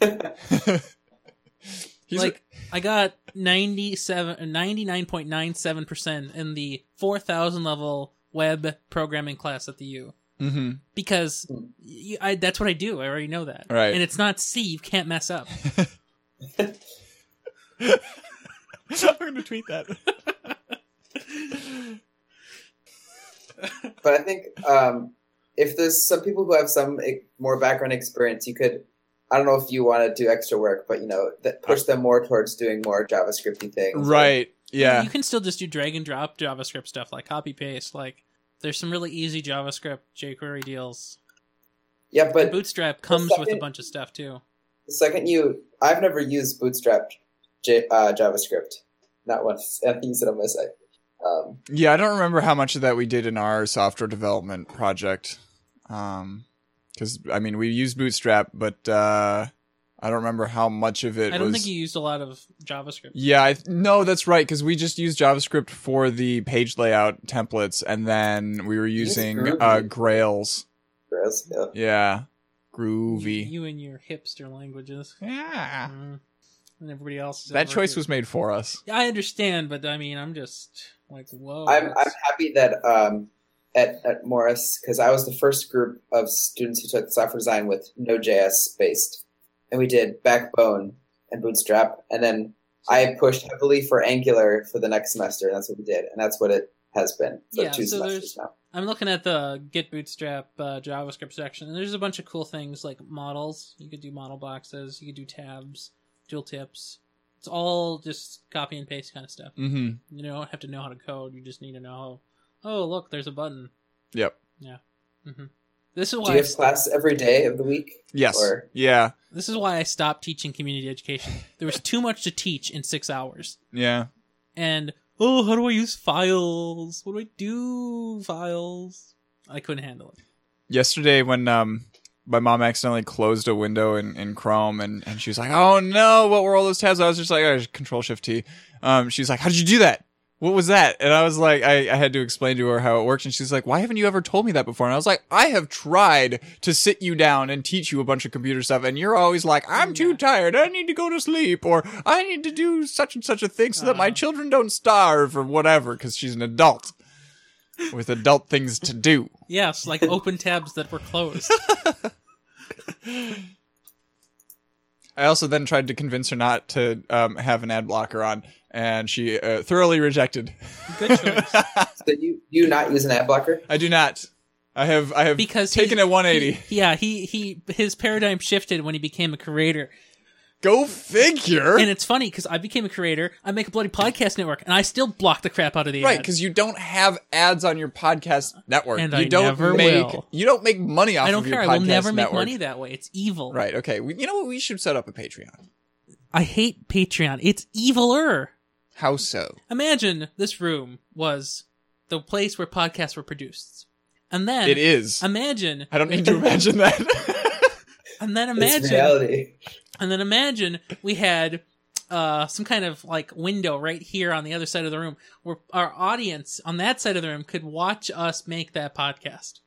Speaker 4: he's
Speaker 1: like I got 97 99.97% in the 4000 level web programming class at the U
Speaker 4: hmm
Speaker 1: because y- I, that's what I do. I already know that.
Speaker 4: Right.
Speaker 1: And it's not C, you can't mess up.
Speaker 4: I'm gonna tweet that.
Speaker 5: but I think um, if there's some people who have some eh, more background experience, you could. I don't know if you want to do extra work, but you know, that push them more towards doing more JavaScripty things.
Speaker 4: right. Yeah.
Speaker 1: You can still just do drag and drop JavaScript stuff like copy paste like there's some really easy JavaScript jQuery deals.
Speaker 5: Yeah,
Speaker 1: But
Speaker 5: but
Speaker 1: Bootstrap comes with a
Speaker 5: second-
Speaker 1: bunch of stuff too.
Speaker 5: the second you, I've never used Bootstrap J, uh, JavaScript, not once. I use it on my site. Um,
Speaker 4: Yeah. I don't remember how much of that we did in our software development project. Um, because I mean we used Bootstrap, but uh, I don't remember how much of it
Speaker 1: I don't
Speaker 4: was.
Speaker 1: think you used a lot of JavaScript.
Speaker 4: Yeah, I, no, that's right. Because we just used JavaScript for the page layout templates, and then we were using
Speaker 5: Groovy.
Speaker 4: uh, Grails.
Speaker 5: whereas, you know,
Speaker 4: Yeah,
Speaker 1: You,
Speaker 4: groovy.
Speaker 1: you and your hipster languages.
Speaker 4: Yeah,
Speaker 1: Mm. And everybody else. is
Speaker 4: Ah. that
Speaker 1: over
Speaker 4: choice
Speaker 1: here.
Speaker 4: was made for us.
Speaker 1: I understand, but I mean, I'm just like, whoa.
Speaker 5: I'm I'm
Speaker 1: that's-
Speaker 5: happy that um, at at Morris because I was the first group of students who took software design with Node.js based, and we did Backbone and Bootstrap, and then I pushed heavily for Angular for the next semester, and that's what we did, and that's what it has been for
Speaker 1: Yeah,
Speaker 5: two
Speaker 1: so
Speaker 5: semesters now.
Speaker 1: I'm looking at the Git Bootstrap uh, JavaScript section, and there's a bunch of cool things like models. You could do model boxes, you could do tabs, dual tips, It's all just copy and paste kind of stuff.
Speaker 4: Mm-hmm.
Speaker 1: You don't have to know how to code. You just need to know. Oh, look, there's a button. Mm-hmm.
Speaker 4: Yep.
Speaker 1: This is
Speaker 5: Do
Speaker 1: why.
Speaker 5: you
Speaker 1: I
Speaker 5: have
Speaker 1: st-
Speaker 5: class every day of the week?
Speaker 4: Yes.
Speaker 5: Or-
Speaker 4: Yeah.
Speaker 1: this is why I stopped teaching community education. There was too much to teach in six hours.
Speaker 4: Yeah.
Speaker 1: And oh, how do I use files? What do I do? Files. I couldn't handle it.
Speaker 4: yesterday when um my mom accidentally closed a window in, in Chrome and, and she was like, Oh no, what were all those tabs? I was just like, I just control shift T. Um she's like, How did you do that? What was that? And I was like, I, I had to explain to her how it works, and she's like, Why haven't you ever told me that before? And I was like, I have tried to sit you down and teach you a bunch of computer stuff, and you're always like, I'm too tired, I need to go to sleep, or I need to do such and such a thing so that my
Speaker 1: Uh-huh.
Speaker 4: children don't starve or whatever, because she's an adult with adult things to do.
Speaker 1: Yes, like open tabs that were closed.
Speaker 4: I also then tried to convince her not to um, have an ad blocker on, and she uh, thoroughly rejected.
Speaker 1: Good choice.
Speaker 5: So you you not use an ad blocker?
Speaker 4: I do not. I have. I have
Speaker 1: Because
Speaker 4: taken
Speaker 1: he-
Speaker 4: a 180.
Speaker 1: he- yeah, he he his paradigm shifted when he became a creator,
Speaker 4: Go figure.
Speaker 1: and it's funny because I became a creator. I make a bloody podcast network, and I still block the crap out of the
Speaker 4: Right,
Speaker 1: ads.
Speaker 4: because you don't have ads on your podcast network.
Speaker 1: And
Speaker 4: you
Speaker 1: I
Speaker 4: don't
Speaker 1: never
Speaker 4: make
Speaker 1: will.
Speaker 4: you don't make money off
Speaker 1: I don't
Speaker 4: of your
Speaker 1: care.
Speaker 4: podcast
Speaker 1: I will never make
Speaker 4: network.
Speaker 1: money that way. It's evil.
Speaker 4: Right. Okay. We, you know what? We should set up a Patreon.
Speaker 1: I hate Patreon. It's eviler.
Speaker 4: How so?
Speaker 1: Imagine this room was the place where podcasts were produced, and then
Speaker 4: It is.
Speaker 1: imagine
Speaker 4: I don't need to imagine that.
Speaker 1: and then
Speaker 5: It's
Speaker 1: imagine
Speaker 5: reality.
Speaker 1: And then imagine we had uh, some kind of like window right here on the other side of the room where our audience on that side of the room could watch us make that podcast.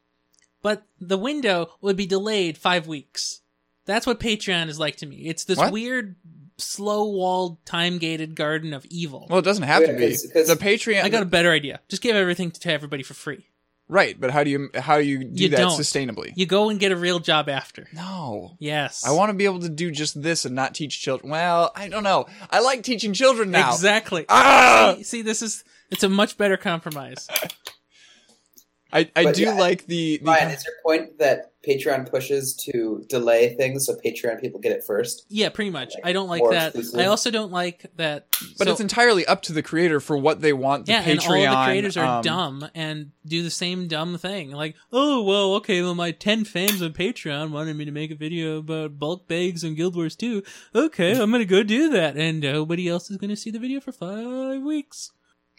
Speaker 1: But the window would be delayed five weeks. That's what Patreon is like to me. It's this
Speaker 4: What?
Speaker 1: weird, slow walled, time gated garden of evil.
Speaker 4: well, it doesn't have to
Speaker 5: Yeah,
Speaker 4: be
Speaker 5: 'cause- 'cause-
Speaker 4: the Patreon.
Speaker 1: I got a better idea. Just give everything to everybody for free.
Speaker 4: right, but how do you how do you do
Speaker 1: You
Speaker 4: that
Speaker 1: don't.
Speaker 4: sustainably?
Speaker 1: You go and get a real job after.
Speaker 4: no.
Speaker 1: Yes.
Speaker 4: I want to be able to do just this and not teach children. Well, I don't know. I like teaching children now.
Speaker 1: Exactly.
Speaker 4: Ah!
Speaker 1: See, see, this is it's a much better compromise.
Speaker 4: I, I
Speaker 5: But
Speaker 4: do
Speaker 5: yeah,
Speaker 4: like the, the
Speaker 5: Ryan, is your point that Patreon pushes to delay things so Patreon people get it first?
Speaker 1: Yeah, pretty much. I don't like
Speaker 5: More
Speaker 1: that.
Speaker 5: exclusive.
Speaker 1: I also don't like that.
Speaker 4: but
Speaker 1: so-
Speaker 4: it's entirely up to the creator for what they want. The
Speaker 1: yeah,
Speaker 4: Patreon
Speaker 1: and all the creators are
Speaker 4: um,
Speaker 1: dumb and do the same dumb thing. Like, oh well, okay, well my ten fans on Patreon wanted me to make a video about bulk bags and Guild Wars 2. Okay, I'm gonna go do that, and nobody else is gonna see the video for five weeks.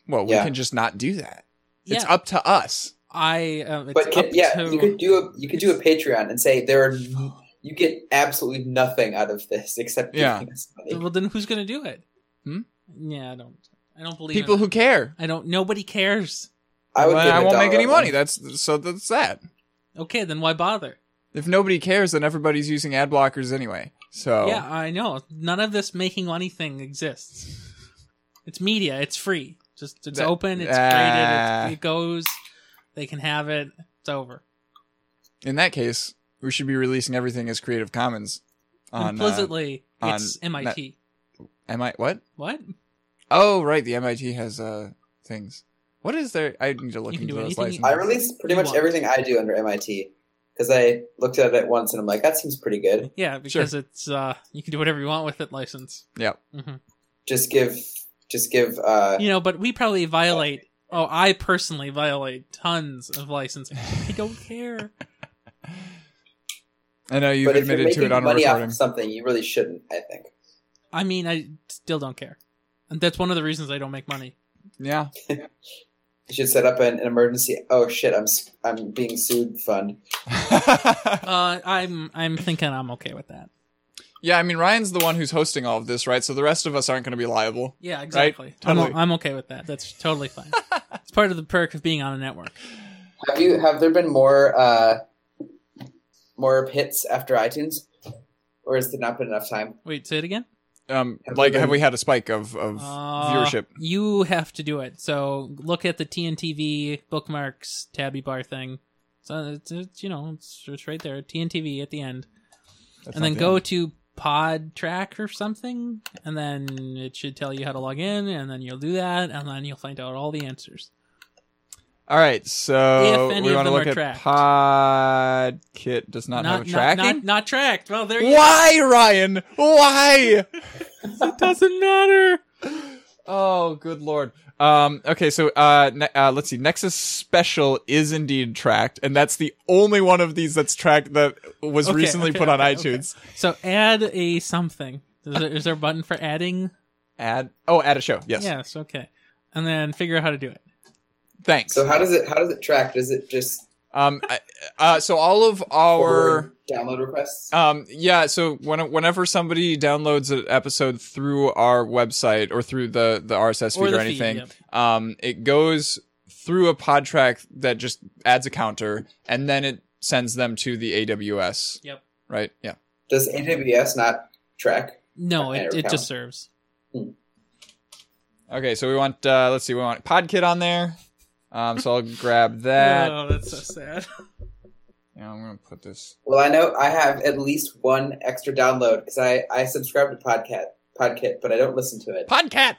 Speaker 4: Well, we
Speaker 5: Yeah.
Speaker 4: can just not do that. It's
Speaker 1: yeah,
Speaker 4: up to us.
Speaker 1: I. Um, it's
Speaker 5: but can,
Speaker 1: up
Speaker 5: yeah,
Speaker 1: to-
Speaker 5: you could do a you could do a Patreon and say there are you get absolutely nothing out of this except
Speaker 4: Yeah.
Speaker 5: giving us money.
Speaker 1: Well, then who's gonna do it?
Speaker 4: Hmm?
Speaker 1: Yeah, I don't. I don't believe
Speaker 4: People
Speaker 1: in
Speaker 4: who care.
Speaker 1: that. I don't. Nobody cares.
Speaker 5: I would.
Speaker 4: Well,
Speaker 5: give
Speaker 4: I
Speaker 5: a
Speaker 4: won't make
Speaker 5: dollar
Speaker 4: any
Speaker 5: a
Speaker 4: money.
Speaker 5: month.
Speaker 4: That's so that's that.
Speaker 1: Okay, then why bother?
Speaker 4: If nobody cares, then everybody's using ad blockers anyway. So
Speaker 1: Yeah, I know. None of this making money thing exists. It's media. It's free. Just it's
Speaker 4: That-
Speaker 1: open. It's
Speaker 4: Ah.
Speaker 1: graded. It's, it goes. They can have it. It's over.
Speaker 4: in that case, we should be releasing everything as Creative Commons. On, uh,
Speaker 1: Implicitly,
Speaker 4: on
Speaker 1: it's MIT.
Speaker 4: Uh, MI what?
Speaker 1: what?
Speaker 4: Oh, right. The MIT has uh things. What is there? I need to look
Speaker 1: You can
Speaker 4: into
Speaker 1: do
Speaker 4: those
Speaker 1: anything you-
Speaker 4: licenses.
Speaker 5: I release pretty
Speaker 1: You
Speaker 5: much
Speaker 1: want.
Speaker 5: everything I do under MIT because I looked at it once and I'm like, that seems pretty good.
Speaker 1: Yeah, because it's uh, you can do whatever you want with it. License.
Speaker 4: Yep.
Speaker 1: Mhm.
Speaker 5: Just give, just give. Uh,
Speaker 1: You know, but we probably violate. Oh, I personally violate tons of licensing. I don't care.
Speaker 4: I know you've
Speaker 5: but if you're
Speaker 4: admitted
Speaker 5: making
Speaker 4: to it on a
Speaker 5: money off
Speaker 4: recording.
Speaker 5: of something, you really shouldn't. I think.
Speaker 1: I mean, I still don't care. And that's one of the reasons I don't make money.
Speaker 4: Yeah.
Speaker 5: You should set up an, an emergency. Oh shit! I'm s- I'm being sued. Fund.
Speaker 1: Uh, I'm I'm thinking I'm okay with that.
Speaker 4: yeah, I mean Ryan's the one who's hosting all of this, right? So the rest of us aren't going to be liable.
Speaker 1: Yeah, exactly.
Speaker 4: Totally.
Speaker 1: I'm, I'm okay with that. That's totally fine. it's part of the perk of being on a network.
Speaker 5: Have you? Have there been more uh, more hits after iTunes, or has there not been enough time?
Speaker 1: Wait, say it again.
Speaker 4: Um
Speaker 5: Have
Speaker 4: like
Speaker 5: we-
Speaker 4: have we had a spike of of
Speaker 1: Uh,
Speaker 4: viewership?
Speaker 1: You have to do it. So look at the TNTV bookmarks tabby bar thing. So it's, it's you know it's, it's right there TNTV at the end,
Speaker 4: That's
Speaker 1: and
Speaker 4: not
Speaker 1: then
Speaker 4: the
Speaker 1: go
Speaker 4: end.
Speaker 1: to Pod Track or something, and then it should tell you how to log in, and then you'll do that, and then you'll find out all the answers.
Speaker 4: All right, so
Speaker 1: If any
Speaker 4: we want
Speaker 1: of
Speaker 4: to
Speaker 1: them
Speaker 4: look
Speaker 1: are
Speaker 4: at
Speaker 1: tracked.
Speaker 4: Podkit does not, have a tracking.
Speaker 1: Not, not, not tracked. Well, there you go.
Speaker 4: Why, Ryan? Why?
Speaker 1: It doesn't matter.
Speaker 4: Oh, good lord. Um, okay, so uh, ne- uh, let's see. Nexus Special is indeed tracked, and that's the only one of these that's tracked that was
Speaker 1: Okay,
Speaker 4: recently
Speaker 1: okay,
Speaker 4: put on
Speaker 1: okay,
Speaker 4: iTunes.
Speaker 1: So add a something. Is there, is there a button for adding?
Speaker 4: Add oh, add a show. Yes,
Speaker 1: Yes. Okay. And then figure out how to do it.
Speaker 4: thanks.
Speaker 5: So how does it how does it track? Does it just
Speaker 4: Um, I- uh, so all of our
Speaker 5: forward download requests?
Speaker 4: Um, yeah. So when, whenever somebody downloads an episode through our website or through the the RSS feed
Speaker 1: Or
Speaker 4: or,
Speaker 1: the feed,
Speaker 4: anything, um, it goes through a pod track that just adds a counter, and then it sends them to the AWS.
Speaker 1: Yep.
Speaker 4: Right. Yeah.
Speaker 5: Does AWS not track?
Speaker 1: No,
Speaker 5: Okay,
Speaker 1: it,
Speaker 5: there we
Speaker 1: it
Speaker 5: go.
Speaker 1: just serves.
Speaker 4: Okay. So we want. Uh, let's see. We want PodKit on there. Um, so I'll grab that.
Speaker 1: oh, that's so sad.
Speaker 4: Yeah, I'm gonna put this.
Speaker 5: Well, I know I have at least one extra download because I I subscribe to Podcat Podkit, but I don't listen to it.
Speaker 4: Podcat.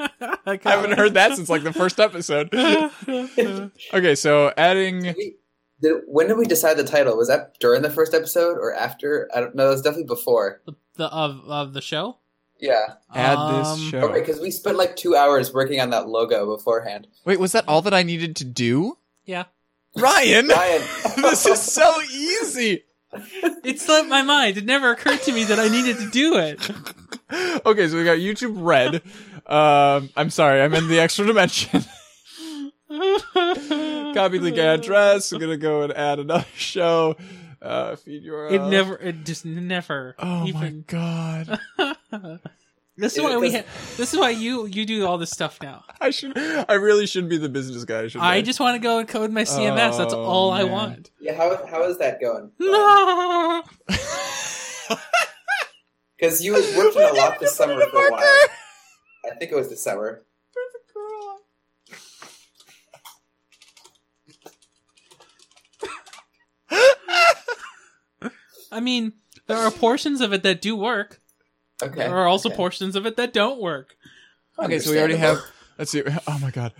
Speaker 1: I
Speaker 4: I haven't heard that since like the first episode.
Speaker 1: that.
Speaker 4: okay. So adding.
Speaker 5: We- did- when did we decide the title? Was that during the first episode or after? I don't know. That was definitely before.
Speaker 1: the of of the show.
Speaker 5: Yeah.
Speaker 4: Add
Speaker 1: Um,
Speaker 4: this show.
Speaker 5: Okay, because we spent like two hours working on that logo beforehand.
Speaker 4: Wait, was that all that I needed to do?
Speaker 1: Yeah.
Speaker 4: Ryan,
Speaker 5: Ryan,
Speaker 4: this is so easy.
Speaker 1: It slipped my mind. It never occurred to me that I needed to do it.
Speaker 4: Okay, so we got YouTube Red. Um, I'm sorry, I'm in the extra dimension. Copy link address. I'm gonna go and add another show. Uh, feed URL.
Speaker 1: It never. It just never.
Speaker 4: Oh my
Speaker 1: even.
Speaker 4: god!
Speaker 1: this is
Speaker 5: It
Speaker 1: why we. Ha-
Speaker 5: doesn't-
Speaker 1: this is why you you do all this stuff now.
Speaker 4: I should. I really should be the business guy. Should
Speaker 1: I just want to go and code my CMS. That's
Speaker 4: Oh,
Speaker 1: all I
Speaker 4: man. Oh.
Speaker 1: want.
Speaker 5: yeah, how how is that going?
Speaker 1: No.
Speaker 5: Because you worked on a lot this summer for a while. I think it was this summer.
Speaker 1: I mean, there are portions of it that do work.
Speaker 5: Okay.
Speaker 1: There are also
Speaker 5: okay.
Speaker 1: portions of it that don't work.
Speaker 4: Okay, so we already have.
Speaker 5: Understandable.
Speaker 4: Let's see. Oh my god.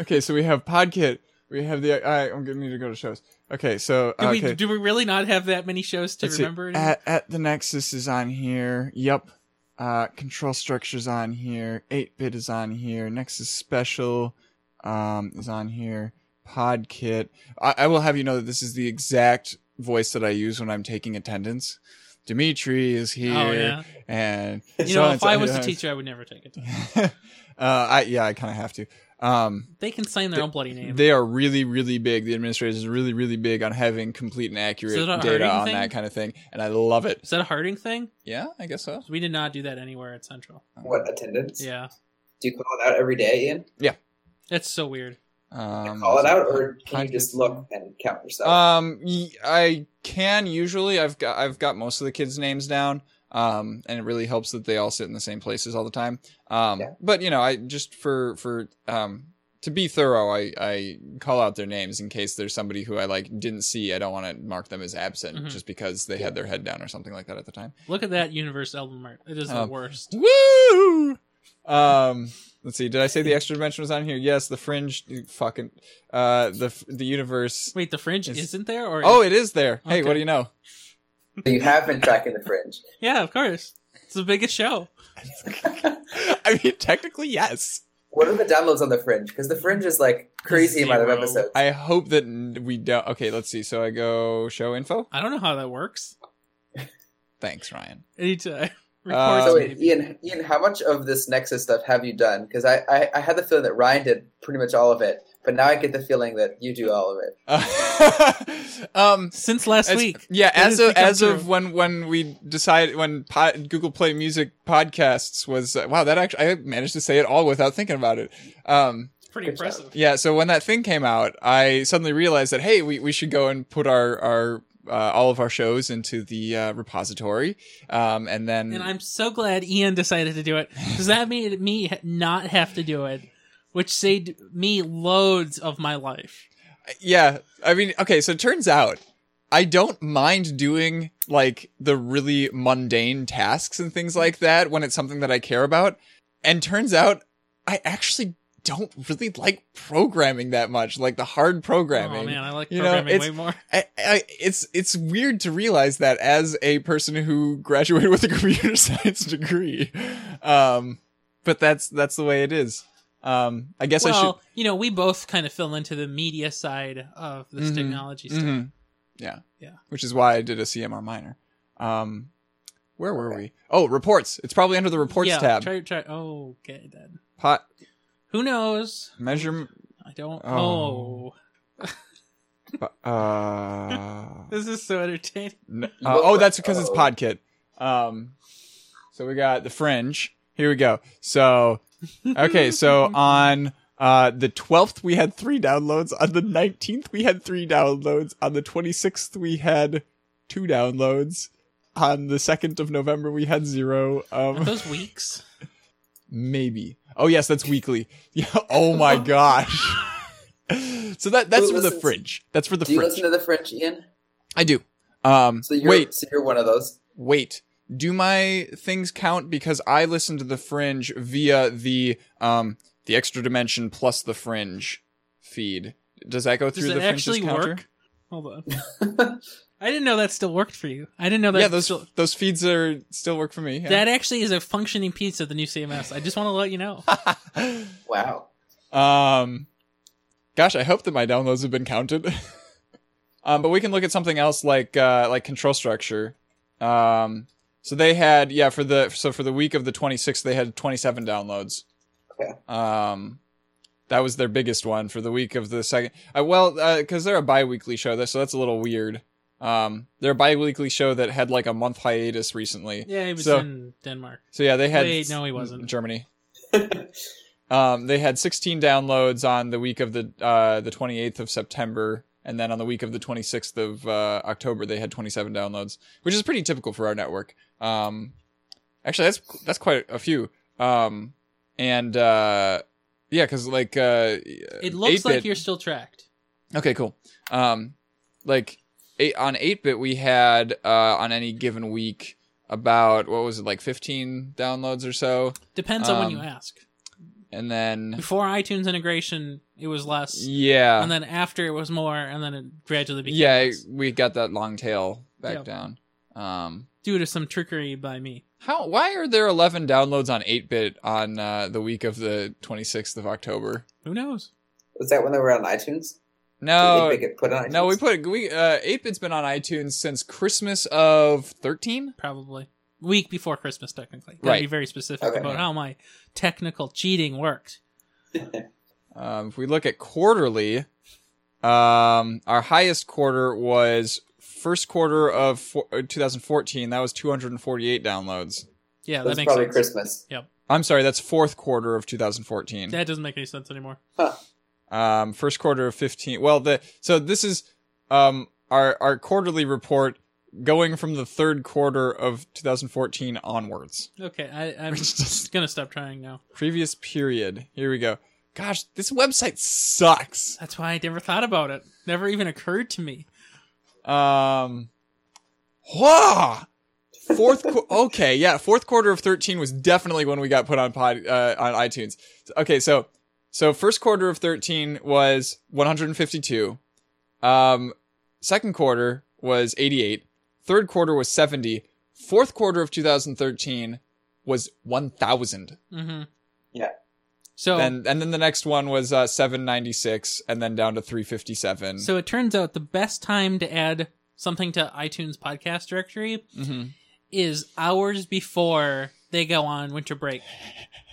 Speaker 4: Okay, so we have Podkit. We have the. I, I'm gonna need to go to shows. Okay, so
Speaker 1: Do
Speaker 4: okay.
Speaker 1: we do we really not have that many shows to
Speaker 4: Let's see.
Speaker 1: remember? anymore?
Speaker 4: At, at the Nexus is on here. Yep. Uh, control structures on here. Eight bit is on here. Nexus special um, is on here. Podkit. I, I will have you know that this is the exact voice that I use when I'm taking attendance. Dimitri is here,
Speaker 1: oh yeah.
Speaker 4: and
Speaker 1: You know, if
Speaker 4: so-and-so-
Speaker 1: I was a teacher, I would never take it.
Speaker 4: uh, I yeah, I kind of have to. Um,
Speaker 1: They can sign their own bloody name.
Speaker 4: they are really, really big. The administrators are really, really big on having complete and accurate
Speaker 1: Is it a
Speaker 4: data
Speaker 1: herding
Speaker 4: on
Speaker 1: thing?
Speaker 4: that kind of thing, and I love it.
Speaker 1: Is that a harding thing?
Speaker 4: Yeah, I guess so.
Speaker 1: We did not do that anywhere at Central.
Speaker 5: What attendance?
Speaker 1: Yeah,
Speaker 5: Do you call it out every day, Ian?
Speaker 1: that's so weird.
Speaker 4: Um,
Speaker 5: call it out, or can
Speaker 4: I-
Speaker 5: you just look and count yourself?
Speaker 4: Um, y- I can usually. I've got I've got most of the kids' names down. Um, and it really helps that they all sit in the same places all the time. Um,
Speaker 5: Yeah.
Speaker 4: but you know, I just for for um to be thorough, I I call out their names in case there's somebody who I like didn't see. I don't want to mark them as absent
Speaker 1: Mhm.
Speaker 4: just because they had their head down or something like that at the time.
Speaker 1: Look at that universe album art. It is the
Speaker 4: Oh.
Speaker 1: worst.
Speaker 4: Woo! Um, let's see. Did I say the extra dimension was on here? Yes, the fringe. Fucking uh, the the universe.
Speaker 1: Wait, the fringe
Speaker 4: It's-
Speaker 1: isn't there? Or
Speaker 4: Oh, it is there. Hey, what
Speaker 1: Okay.
Speaker 4: do you know?
Speaker 5: So you have been tracking the fringe.
Speaker 1: yeah, of course. It's the biggest show.
Speaker 4: I mean, technically, yes.
Speaker 5: What are the downloads on the fringe? Because the fringe is like crazy amount of
Speaker 1: Zero.
Speaker 5: episodes.
Speaker 4: I hope that n- we don't. Okay, let's see. So I go show info.
Speaker 1: I don't know how that works.
Speaker 4: Thanks, Ryan.
Speaker 1: Anytime.
Speaker 4: Uh,
Speaker 1: Records,
Speaker 5: so wait,
Speaker 1: Um, maybe.
Speaker 5: Ian, Ian, how much of this Nexus stuff have you done? Because I, I, I had the feeling that Ryan did pretty much all of it, but now I get the feeling that you do all of it.
Speaker 4: Uh, um,
Speaker 1: Since last
Speaker 4: as-
Speaker 1: week.
Speaker 4: yeah.
Speaker 1: It
Speaker 4: As
Speaker 1: has
Speaker 4: of as
Speaker 1: become
Speaker 4: of
Speaker 1: true.
Speaker 4: when when we decided when pod, Google Play Music podcasts was uh, wow that actually I managed to say it all without thinking about it. Um,
Speaker 1: Pretty
Speaker 5: Good job.
Speaker 1: impressive.
Speaker 4: Yeah, so when that thing came out, I suddenly realized that hey, we, we should go and put our our uh, all of our shows into the uh, repository, um, and then
Speaker 1: And I'm so glad Ian decided to do it. Does that mean me not have to do it? Which saved me loads of my life.
Speaker 4: yeah, I mean, okay, so it turns out I don't mind doing like the really mundane tasks and things like that when it's something that I care about, and turns out I actually don't really like programming that much, like the hard programming.
Speaker 1: Oh man, I like
Speaker 4: You know,
Speaker 1: programming
Speaker 4: it's-
Speaker 1: way more.
Speaker 4: I, I, it's it's weird to realize that as a person who graduated with a computer science degree, um, but that's that's the way it is. Um, I guess
Speaker 1: well, you know, we both kind of fell into the media side of this
Speaker 4: Mhm.
Speaker 1: technology
Speaker 4: I
Speaker 1: stuff.
Speaker 4: should. Mhm. Yeah,
Speaker 1: Yeah.
Speaker 4: Which is why I did a CMR minor. Um, where were we? Oh, reports. It's probably under the reports
Speaker 1: yeah,
Speaker 4: tab.
Speaker 1: Try, try. Oh, okay then.
Speaker 4: Pot
Speaker 1: Who knows?
Speaker 4: measure.
Speaker 1: I don't. Oh,
Speaker 4: Oh. Uh,
Speaker 1: this is so entertaining.
Speaker 4: N- uh, oh, that's because it's Podkit. Um, so we got the fringe. Here we go. So okay, so on uh the twelfth we had three downloads. On the nineteenth we had three downloads. On the twenty sixth we had two downloads. On the second of November we had zero.
Speaker 1: Aren't
Speaker 4: Um,
Speaker 1: those weeks?
Speaker 4: maybe. Oh yes, that's weekly. Yeah. Oh my gosh. so that that's
Speaker 5: Who
Speaker 4: for the
Speaker 5: listens?
Speaker 4: fringe. That's for the
Speaker 5: Do you
Speaker 4: fringe.
Speaker 5: listen to the French, Ian?
Speaker 4: I do. Um,
Speaker 5: So you're,
Speaker 4: wait,
Speaker 5: so you're one of those.
Speaker 4: wait do my things count because i listen to the fringe via the um the extra dimension plus the fringe feed does that go
Speaker 1: Does
Speaker 4: through
Speaker 1: it
Speaker 4: the
Speaker 1: actually
Speaker 4: fringe's counter
Speaker 1: work? Hold on. I didn't know that still worked for you. I didn't know that.
Speaker 4: yeah those
Speaker 1: Oh, still-
Speaker 4: those feeds are still work for me yeah.
Speaker 1: that actually is a functioning piece of the new CMS. I just want to let you know.
Speaker 5: Wow.
Speaker 4: um gosh i hope that my downloads have been counted um but we can look at something else like uh like control structure um so they had yeah for the so for the week of the 26th they had 27 downloads
Speaker 5: Okay.
Speaker 4: um that was their biggest one for the week of the second uh, well because they're a bi-weekly show that- so that's a little weird um they're a bi-weekly show that had like a month hiatus recently
Speaker 1: Yeah, he was
Speaker 4: So-
Speaker 1: in Denmark.
Speaker 4: so yeah they had
Speaker 1: Wait, no, he wasn't.
Speaker 4: germany um, they had 16 downloads on the week of the uh, the 28th of September, and then on the week of the 26th of uh, October, they had 27 downloads, which is pretty typical for our network. Um, actually, that's that's quite a few. Um, and uh, yeah, because like uh,
Speaker 1: It looks
Speaker 4: 8-bit
Speaker 1: like you're still tracked.
Speaker 4: Okay, cool. Um, like eight on eight bit, we had uh on any given week about what was it like 15 downloads or so,
Speaker 1: Depends on when you
Speaker 4: Um,
Speaker 1: ask.
Speaker 4: and then
Speaker 1: Before iTunes integration, it was less,
Speaker 4: yeah,
Speaker 1: and then after it was more, and then it gradually became
Speaker 4: yeah,
Speaker 1: less.
Speaker 4: we got that long tail back
Speaker 1: Yeah.
Speaker 4: down. Um,
Speaker 1: due to some trickery by me.
Speaker 4: how? Why are there 11 downloads on 8-bit on uh, the week of the 26th of October?
Speaker 1: Who knows?
Speaker 5: Was that when they were on iTunes? Did
Speaker 4: No,
Speaker 5: they get put on iTunes?
Speaker 4: no, we put we uh, 8-bit's been on iTunes since Christmas of 13.
Speaker 1: Probably week before Christmas, technically. Gotta
Speaker 4: Right.
Speaker 1: Be very specific
Speaker 5: Okay.
Speaker 1: about how my technical cheating worked.
Speaker 4: Um, if we look at quarterly, um, our highest quarter was first quarter of four, uh, 2014. That was 248 downloads.
Speaker 1: Yeah,
Speaker 5: That's
Speaker 1: that makes
Speaker 5: probably
Speaker 1: sense.
Speaker 5: Christmas.
Speaker 4: I'm sorry, that's fourth quarter of 2014.
Speaker 1: That doesn't make any sense anymore.
Speaker 4: um first quarter of 15 well the so this is um our our quarterly report going from the third quarter of 2014 onwards
Speaker 1: Okay, I, I'm
Speaker 4: It's just-
Speaker 1: just gonna stop trying now.
Speaker 4: previous period here we go gosh this website sucks
Speaker 1: That's why I never thought about it. Never even occurred to me.
Speaker 4: um whoa fourth qu- okay yeah fourth quarter of 13 was definitely when we got put on pod uh, on itunes okay so so first quarter of 13 was 152 um second quarter was 88 third quarter was 70 fourth quarter of 2013 was 1000
Speaker 1: hmm
Speaker 5: Yeah.
Speaker 1: So
Speaker 4: and and then the next one was uh 796 and then down to 357
Speaker 1: So it turns out the best time to add something to iTunes podcast directory
Speaker 4: Mhm.
Speaker 1: is hours before they go on winter break.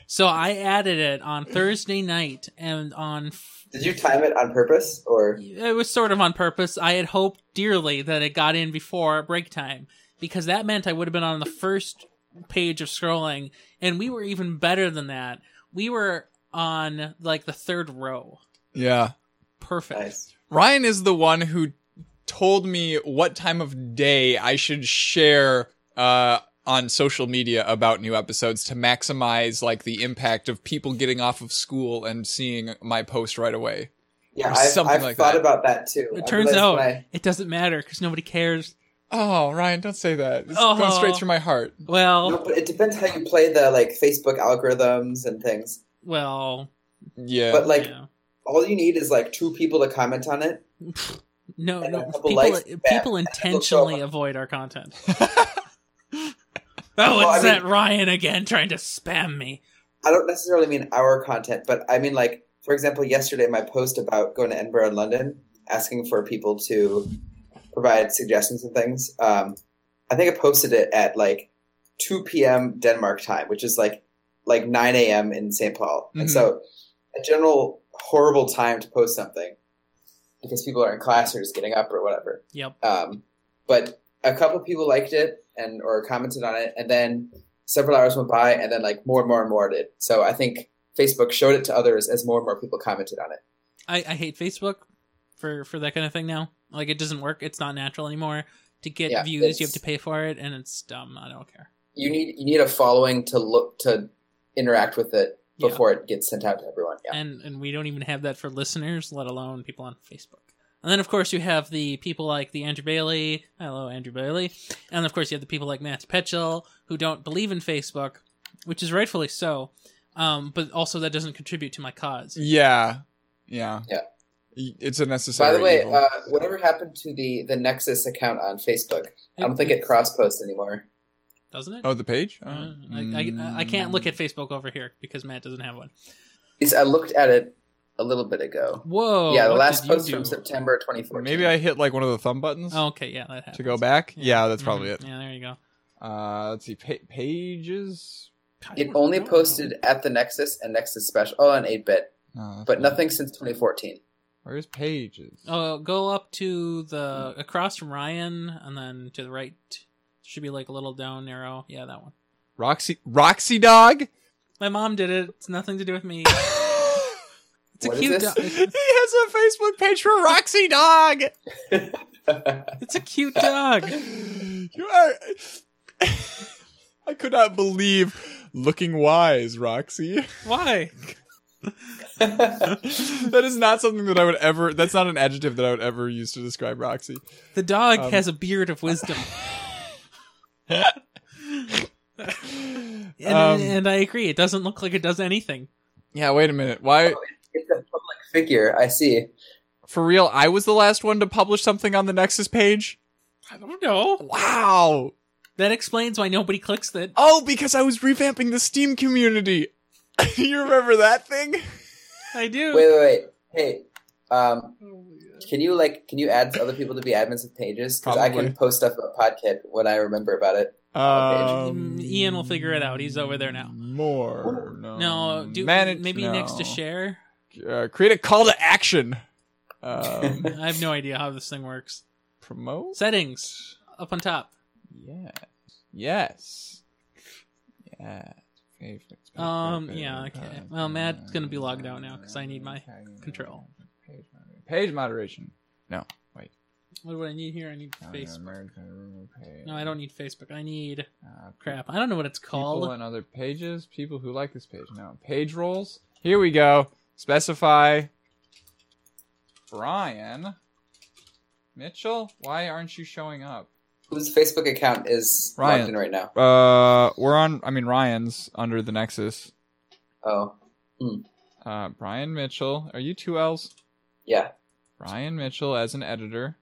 Speaker 1: So I added it on Thursday night and on f-
Speaker 5: Did you time it on purpose or?
Speaker 1: it was sort of on purpose. I had hoped dearly that it got in before break time because that meant I would have been on the first page of scrolling and we were even better than that. We were on like the third row.
Speaker 4: yeah
Speaker 1: Perfect.
Speaker 5: Nice.
Speaker 4: Ryan is the one who told me what time of day I should share uh, on social media about new episodes to maximize like the impact of people getting off of school and seeing my post right away.
Speaker 5: Yeah,
Speaker 4: Or
Speaker 5: I've,
Speaker 4: something
Speaker 5: I've
Speaker 4: like
Speaker 5: thought
Speaker 4: that.
Speaker 5: about that too.
Speaker 1: It
Speaker 5: I've
Speaker 1: turns
Speaker 5: realized
Speaker 1: out
Speaker 5: when I-
Speaker 1: it doesn't matter because nobody cares.
Speaker 4: Oh, Ryan, don't say that. It's
Speaker 1: Oh.
Speaker 4: going straight through my heart.
Speaker 1: Well,
Speaker 5: No, but it depends how you play the like Facebook algorithms and things.
Speaker 1: well,
Speaker 4: yeah.
Speaker 5: But like,
Speaker 1: Yeah.
Speaker 5: all you need is like two people to comment on it.
Speaker 1: no,
Speaker 5: and a
Speaker 1: no
Speaker 5: couple
Speaker 1: people
Speaker 5: likes, yeah,
Speaker 1: people
Speaker 5: and it'll show
Speaker 1: intentionally
Speaker 5: up.
Speaker 1: avoid our content.
Speaker 5: Well,
Speaker 1: Oh,
Speaker 5: I
Speaker 1: it's
Speaker 5: mean-
Speaker 1: that Ryan again trying to spam me.
Speaker 5: I don't necessarily mean our content, but I mean like, for example, yesterday my post about going to Edinburgh and London, asking for people to provide suggestions and things. Um, I think I posted it at like 2 p.m. Denmark time, which is like like 9 a.m. in St. Paul, and
Speaker 4: Mhm.
Speaker 5: so a general horrible time to post something because people are in class or just getting up or whatever.
Speaker 1: Yep.
Speaker 5: Um, but a couple of people liked it and or commented on it, and then several hours went by, and then like more and more and more did. So I think Facebook showed it to others as more and more people commented on it.
Speaker 1: I, I hate Facebook for for that kind of thing now. Like it doesn't work. It's not natural anymore. To get
Speaker 5: Yeah,
Speaker 1: views, you have
Speaker 5: it's-
Speaker 1: to pay for it, and it's dumb. I don't care.
Speaker 5: You need you need a following to look to interact with it
Speaker 1: Yeah.
Speaker 5: before it gets sent out to everyone. Yeah.
Speaker 1: and and we don't even have that for listeners, let alone people on Facebook. And then of course you have the people like the Andrew Bailey, hello Andrew Bailey, and of course you have the people like Matthew Petchel who don't believe in Facebook, which is rightfully so, um, but also that doesn't contribute to my cause.
Speaker 4: yeah. Yeah.
Speaker 5: Yeah.
Speaker 4: Y- It's a necessary.
Speaker 5: By the way,
Speaker 4: evil.
Speaker 5: uh, whatever happened to the the Nexus account on Facebook? I don't think it cross posts anymore.
Speaker 1: doesn't it.
Speaker 4: oh, mm. the page. Uh,
Speaker 1: Uh, I, I, I can't look at Facebook over here because Matt doesn't have one.
Speaker 5: It's- I looked at it a little bit ago.
Speaker 1: Whoa!
Speaker 5: yeah, the
Speaker 1: Oh, what
Speaker 5: last
Speaker 1: did you
Speaker 5: post
Speaker 1: do?
Speaker 5: from September 2014.
Speaker 4: Maybe I hit like one of the thumb buttons
Speaker 1: Oh, okay, yeah, that happens.
Speaker 4: to go back. Yeah, that's probably
Speaker 1: Mhm.
Speaker 4: it.
Speaker 1: Yeah, there you go.
Speaker 4: Uh, let's see, pa- pages.
Speaker 1: I
Speaker 5: It
Speaker 1: don't-
Speaker 4: Oh,
Speaker 1: I
Speaker 5: only
Speaker 1: don't know.
Speaker 5: posted at the Nexus and Nexus Special. Oh, and 8 bit,
Speaker 4: No, that's
Speaker 5: but
Speaker 4: not-
Speaker 5: nothing since 2014.
Speaker 4: Where's pages?
Speaker 1: Oh, go up to the across from Ryan, and then to the right should be like a little down arrow. Yeah, that one.
Speaker 4: Roxy, Roxy dog.
Speaker 1: My mom did it. It's nothing to do with me. It's a
Speaker 5: What is
Speaker 1: cute.
Speaker 5: this?
Speaker 1: Dog.
Speaker 4: he has a Facebook page for Roxy dog.
Speaker 1: It's a cute dog.
Speaker 4: You are. I could not believe looking wise, Roxy.
Speaker 1: Why?
Speaker 4: that is not something that I would ever. That's not an adjective that I would ever use to describe Roxy.
Speaker 1: The dog
Speaker 4: Um,
Speaker 1: has a beard of wisdom, and,
Speaker 4: Um,
Speaker 1: and I agree. It doesn't look like it does anything.
Speaker 4: yeah, wait a minute. Why?
Speaker 5: it's a public figure. I see.
Speaker 4: For real, I was the last one to publish something on the Nexus page?
Speaker 1: I don't know.
Speaker 4: Wow.
Speaker 1: That explains why nobody clicks it.
Speaker 4: Oh, because I was revamping the Steam community. you remember that thing?
Speaker 1: I do.
Speaker 5: Wait, wait, wait. Hey, um, can you like can you add other people to be admins of pages? Because I
Speaker 4: Probably.
Speaker 5: can post stuff about Podkit when I remember about it.
Speaker 1: Um, Ian will figure it out. He's over there now.
Speaker 4: More. No.
Speaker 1: no, do
Speaker 4: Manage-
Speaker 1: maybe
Speaker 4: no.
Speaker 1: next to share.
Speaker 4: Uh, create a call to action. Um,
Speaker 1: I have no idea how this thing works.
Speaker 4: promote?
Speaker 1: Settings up on top.
Speaker 4: Yes. Yes. Yeah. Favorites.
Speaker 1: Um, yeah, okay. Well, Matt's gonna be logged out now 'cause I need my control.
Speaker 4: Page moderation. Page moderation.
Speaker 1: What do I need here? I need Facebook.
Speaker 4: Page.
Speaker 1: No, I don't need Facebook. I need
Speaker 4: Uh,
Speaker 1: crap. I don't know what it's
Speaker 4: People
Speaker 1: called.
Speaker 4: on other pages. People who like this page. Now, page roles. Here we go. Specify. Brian. Mitchell, why aren't you showing up?
Speaker 5: Whose Facebook account is
Speaker 4: Ryan.
Speaker 5: logged in right now?
Speaker 4: Uh, we're on. I mean, Ryan's under the Nexus.
Speaker 5: Oh,
Speaker 4: Uh, Brian Mitchell. Are you two L's?
Speaker 5: yeah.
Speaker 4: Brian Mitchell as an editor.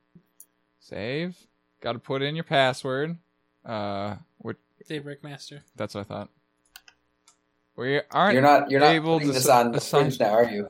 Speaker 4: Save. Got to put in your password. Uh, what?
Speaker 1: Daybreak Master.
Speaker 4: That's what I thought. We aren't.
Speaker 5: You're not you're not
Speaker 4: able
Speaker 5: putting
Speaker 4: to
Speaker 5: this
Speaker 4: s-
Speaker 5: on the
Speaker 4: assign-
Speaker 5: fringe now, are you?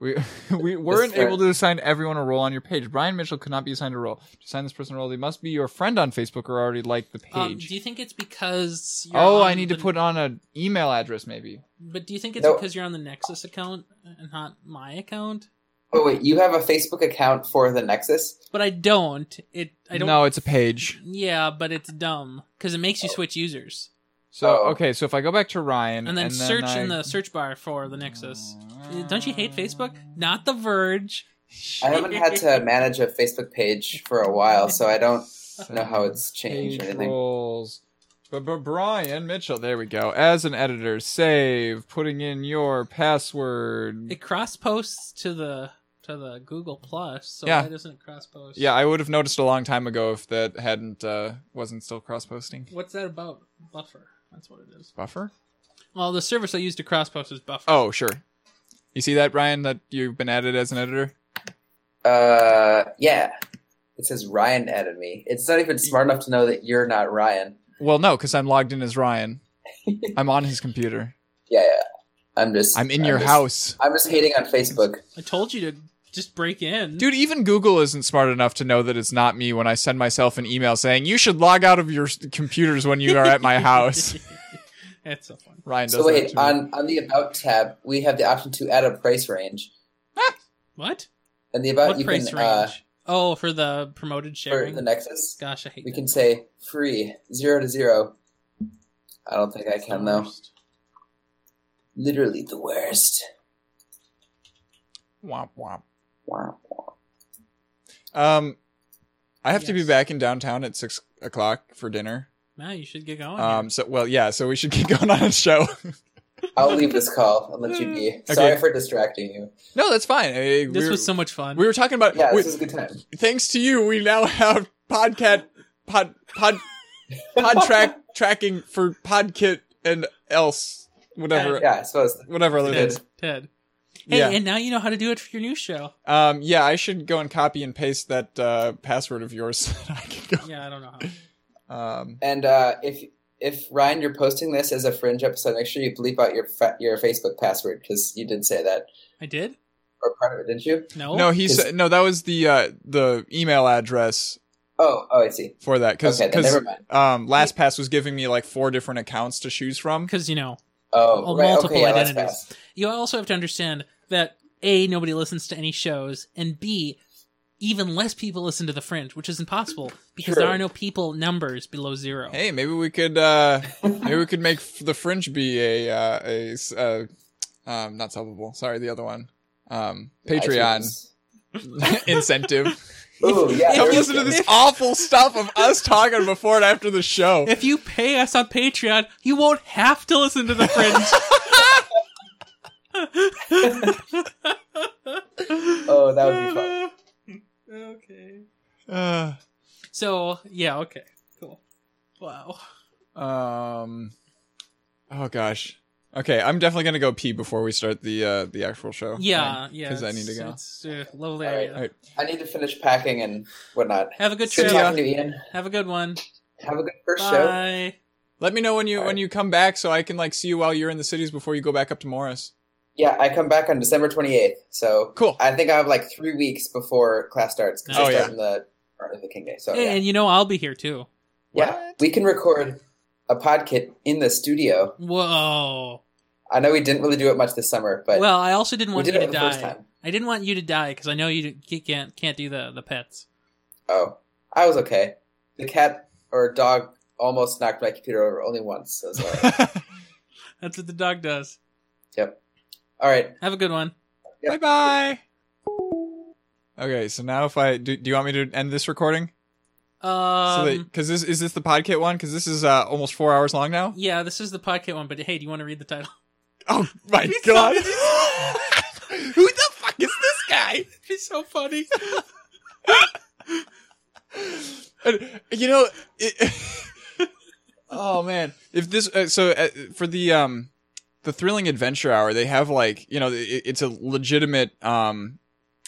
Speaker 4: We we weren't
Speaker 5: fair.
Speaker 4: able to assign everyone a role on your page. Brian Mitchell could not be assigned a role. To assign this person a role, they must be your friend on Facebook or already like the
Speaker 1: Um,
Speaker 4: page.
Speaker 1: do you think it's because? You're
Speaker 4: oh,
Speaker 1: on
Speaker 4: I need
Speaker 1: the,
Speaker 4: to put on an email address, maybe.
Speaker 1: But do you think it's
Speaker 5: No.
Speaker 1: because you're on the Nexus account and not my account?
Speaker 5: Oh wait, you have a Facebook account for the Nexus?
Speaker 1: But I don't. It. I don't.
Speaker 4: No, it's a page.
Speaker 1: Yeah, but it's dumb because it makes you switch users
Speaker 4: So
Speaker 5: Oh.
Speaker 4: okay, so if I go back to Ryan
Speaker 1: and then search
Speaker 4: I-
Speaker 1: in the search bar for the Nexus. Don't you hate Facebook? Not The Verge.
Speaker 5: I haven't had to manage a Facebook page for a while, so I don't know how it's changed or
Speaker 4: Page
Speaker 5: anything.
Speaker 4: roles. But, but Brian Mitchell, there we go. As an editor, save, putting in your password.
Speaker 1: It cross posts to the to the Google Plus. So
Speaker 4: Yeah.
Speaker 1: why doesn't it cross post?
Speaker 4: Yeah, I would have noticed a long time ago if that hadn't uh, wasn't still cross posting.
Speaker 1: What's that about? Buffer. That's what it is.
Speaker 4: Buffer?
Speaker 1: Well, the service I use to cross post is Buffer.
Speaker 4: Oh, sure. You see that, Brian? That you've been added as an editor.
Speaker 5: Uh, yeah. It says Ryan added me. It's not even smart enough to know that you're not Ryan.
Speaker 4: Well, no, because I'm logged in as Ryan. I'm on his computer.
Speaker 5: Yeah, yeah. I'm just.
Speaker 4: I'm in your
Speaker 5: just-
Speaker 4: house.
Speaker 5: I'm just hating on Facebook.
Speaker 1: I told you to just break in.
Speaker 4: Dude, even Google isn't smart enough to know that it's not me when I send myself an email saying, you should log out of your s- computers when you are at my house.
Speaker 1: That's so fun.
Speaker 4: Ryan does
Speaker 5: So wait,
Speaker 4: that to me.
Speaker 5: on on the about tab, we have the option to add a price range,
Speaker 1: What?
Speaker 5: and the about
Speaker 1: what
Speaker 5: you
Speaker 1: price
Speaker 5: can
Speaker 1: range?
Speaker 5: uh,
Speaker 1: oh, for the promoted
Speaker 5: for
Speaker 1: sharing.
Speaker 5: the Nexus,
Speaker 1: Gosh, I hate.
Speaker 5: we
Speaker 1: that
Speaker 5: can
Speaker 1: thing.
Speaker 5: say free zero to zero. I don't think I
Speaker 1: It's the
Speaker 5: can though.
Speaker 1: worst.
Speaker 5: Literally the worst.
Speaker 4: Womp womp.
Speaker 5: Wow.
Speaker 4: Um, I have to be
Speaker 1: Yes.
Speaker 4: back in downtown at 6 o'clock for dinner.
Speaker 1: No, you should get going.
Speaker 4: Um, so, well, yeah, so we should get going on a show.
Speaker 5: I'll leave this call and let you be. Sorry for distracting you.
Speaker 4: no, that's fine. Eh,
Speaker 1: here.
Speaker 4: we're-
Speaker 1: this was so much fun.
Speaker 4: we were talking about,
Speaker 5: Yeah,
Speaker 4: we-
Speaker 5: this is a good time.
Speaker 4: thanks to you, we now have podcast, pod, pod, pod track tracking for podkit and else, whatever,
Speaker 5: Yeah, I suppose.
Speaker 4: whatever other
Speaker 1: Ted,
Speaker 4: things.
Speaker 1: Ted. Hey,
Speaker 4: Yeah.
Speaker 1: and now you know how to do it for your new show.
Speaker 4: Um, yeah, I should go and copy and paste that uh, password of yours. so that I can
Speaker 1: Yeah, I don't know how.
Speaker 4: go. Um,
Speaker 5: And uh, if if Ryan, you're posting this as a fringe episode, make sure you bleep out your fa- your Facebook password because you did say that
Speaker 1: I did?
Speaker 5: or part of it, didn't you?
Speaker 1: No.
Speaker 4: no, he said no. That was the uh, the email address
Speaker 5: Oh, oh, I see.
Speaker 4: for that because
Speaker 5: Okay, then never mind.
Speaker 4: um, LastPass was giving me like four different accounts to choose from.
Speaker 1: Because you know,
Speaker 5: Oh,
Speaker 1: Oh,
Speaker 5: right.
Speaker 1: multiple
Speaker 5: okay, yeah, that's
Speaker 1: identities.
Speaker 5: fast.
Speaker 1: you also have to understand that a nobody listens to any shows, and b even less people listen to the fringe, which is impossible because
Speaker 5: True.
Speaker 1: there are no people numbers below zero.
Speaker 4: Hey, maybe we could uh, maybe we could make f- the fringe be a uh, a s- uh, um, not solvable. Sorry, the other one. Um, Patreon
Speaker 5: iTunes.
Speaker 4: incentive.
Speaker 5: Ooh, yeah.
Speaker 1: If
Speaker 4: Come
Speaker 5: there
Speaker 1: you-
Speaker 4: listen
Speaker 5: we
Speaker 4: to
Speaker 5: go.
Speaker 4: this awful stuff of us talking before and after the show.
Speaker 1: If you pay us on Patreon, you won't have to listen to the fringe.
Speaker 5: Oh, that would be fun.
Speaker 1: okay.
Speaker 4: Uh,
Speaker 1: So yeah, okay, cool. Wow.
Speaker 4: Um. Oh gosh. Okay, I'm definitely gonna go pee before we start the uh the actual show.
Speaker 1: Yeah, yeah.
Speaker 4: Because I need to
Speaker 1: it's-
Speaker 4: go.
Speaker 1: It's uh, lovely
Speaker 5: All right.
Speaker 1: idea.
Speaker 4: All right.
Speaker 5: I need to finish packing and whatnot.
Speaker 1: Have a good
Speaker 5: Good
Speaker 1: trip.
Speaker 5: talking to you, Ian.
Speaker 1: Have a good one.
Speaker 5: Have a good first show.
Speaker 1: Bye.
Speaker 4: Let me know when you
Speaker 5: All
Speaker 4: when
Speaker 5: right.
Speaker 4: you come back so I can like see you while you're in the cities before you go back up to Morris.
Speaker 5: Yeah, I come back on December 28th, so
Speaker 4: Cool.
Speaker 5: I think I have like three weeks before class starts because
Speaker 4: Oh,
Speaker 5: I
Speaker 4: yeah.
Speaker 5: start in the part of the King Day. So
Speaker 1: Hey,
Speaker 5: yeah.
Speaker 1: And you know I'll be here too.
Speaker 5: Yeah, we can record a podkit in the studio.
Speaker 1: Whoa.
Speaker 5: I know we didn't really do it much this summer, but
Speaker 1: well, I also didn't
Speaker 5: we
Speaker 1: want
Speaker 5: did
Speaker 1: you
Speaker 5: it
Speaker 1: to
Speaker 5: the first
Speaker 1: die.
Speaker 5: time.
Speaker 1: I didn't want you to die because I know you d- you can't can't do the the pets.
Speaker 5: Oh, I was okay. The cat or dog almost knocked my computer over only once. So it's all right.
Speaker 1: That's what the dog does.
Speaker 5: all right.
Speaker 1: Have a good one.
Speaker 5: Yeah.
Speaker 4: Bye bye. Okay, so now if I do, do you want me to end this recording?
Speaker 1: Um.
Speaker 4: so because this is this the podkit one? Because this is uh, almost four hours long now.
Speaker 1: yeah, this is the podcast one. But hey, do you want to read the title?
Speaker 4: Oh my
Speaker 1: It's
Speaker 4: god!
Speaker 1: not-
Speaker 4: Who the fuck is this guy?
Speaker 1: It's so funny.
Speaker 4: And, you know, it, oh man, if this uh, so uh, for the um the thrilling adventure hour, they have like you know it, it's a legitimate um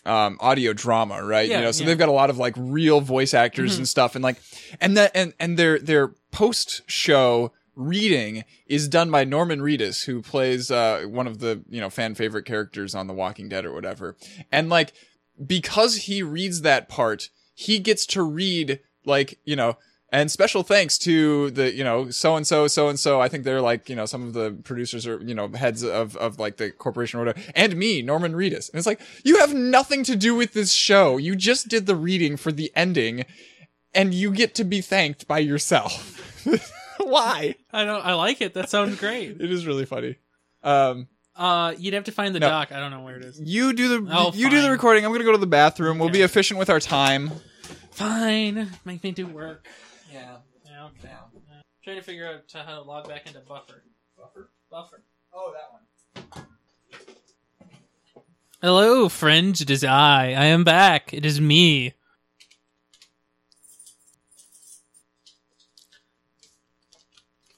Speaker 4: um audio drama, right?
Speaker 1: Yeah,
Speaker 4: you know, so
Speaker 1: yeah.
Speaker 4: they've got a lot of like real voice actors and stuff, and like and that and and their their post show reading is done by Norman Reedus, who plays uh one of the you know fan favorite characters on The Walking Dead or whatever, and like because he reads that part he gets to read like you know and special thanks to the you know so and so so and so i think they're like you know some of the producers or you know heads of of like the corporation or whatever and me norman reedus and it's like you have nothing to do with this show you just did the reading for the ending and you get to be thanked by yourself why
Speaker 1: I don't. I like it. That sounds great.
Speaker 4: it is really funny um
Speaker 1: Uh, you'd have to find the
Speaker 4: No.
Speaker 1: doc. I don't know where it is.
Speaker 4: you do the
Speaker 1: Oh,
Speaker 4: you do the
Speaker 1: fine.
Speaker 4: recording i'm gonna go to the bathroom we'll be
Speaker 1: Okay.
Speaker 4: efficient with our time
Speaker 1: Fine. Make me do work.
Speaker 3: Yeah.
Speaker 1: Yeah, okay. Uh, trying to figure out to how to log back into Buffer. Buffer. Buffer.
Speaker 3: Oh, that one.
Speaker 1: Hello, friends. It is I. I am back. It is me.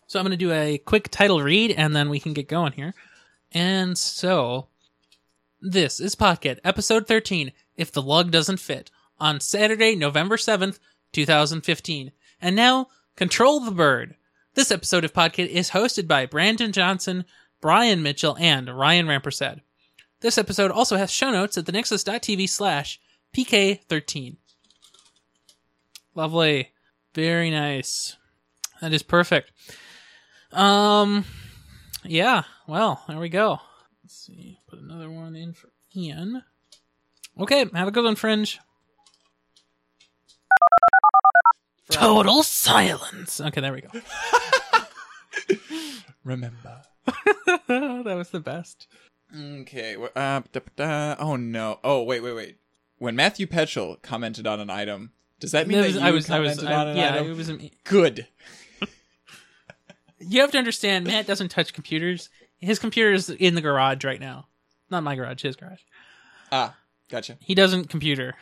Speaker 1: So I'm going to do a quick title read and then we can get going here. And so, This is Pocket, episode 13, If the Lug Doesn't Fit, on Saturday, November 7th, 2015. And now, Control the Bird. This episode of Pocket is hosted by Brandon Johnson, Brian Mitchell, and Ryan Rampersad. This episode also has show notes at thenexus.tv slash PK13. Lovely. Very nice. That is perfect. Um, yeah. Well, there we go. Let's see. Put another one in for Ian. Okay, have a good one, Fringe. Total silence. Okay, there we go.
Speaker 4: Remember.
Speaker 1: that was the best.
Speaker 4: Okay. wh- Uh, da- da- oh no. Oh wait, wait, wait. When Matthew Petchel commented on an item, does that mean
Speaker 1: That
Speaker 4: that,
Speaker 1: was-
Speaker 4: you
Speaker 1: I was, I was,
Speaker 4: commented on
Speaker 1: I,
Speaker 4: an
Speaker 1: yeah,
Speaker 4: item?
Speaker 1: it was. am-
Speaker 4: Good.
Speaker 1: You have to understand, Matt doesn't touch computers. His computer is in the garage right now. Not my garage, his garage.
Speaker 4: Ah, gotcha.
Speaker 1: He doesn't computer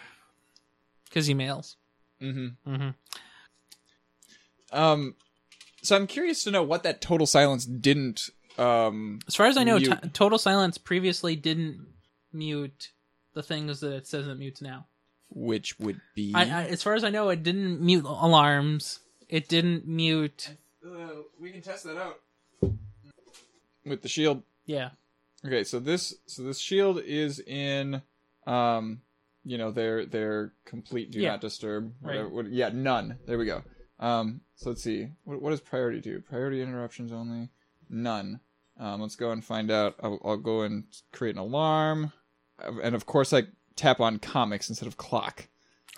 Speaker 1: because he mails.
Speaker 4: Mm-hmm.
Speaker 1: hmm
Speaker 4: Um, so I'm curious to know what that total silence didn't. Um,
Speaker 1: As far as I know,
Speaker 4: Mute.
Speaker 1: t- total silence previously didn't mute the things that it says it mutes now.
Speaker 4: which would be
Speaker 1: I, I, as far as I know, it didn't mute alarms. It didn't mute.
Speaker 4: Uh, we can test that out with the shield.
Speaker 1: Yeah.
Speaker 4: Okay, so this so this shield is in um you know their their complete do
Speaker 1: Yeah.
Speaker 4: not disturb
Speaker 1: Right.
Speaker 4: whatever, what, yeah none there we go um so let's see what what does priority do priority interruptions only none um let's go and find out I'll, I'll go and create an alarm Uh, and of course I tap on comics instead of clock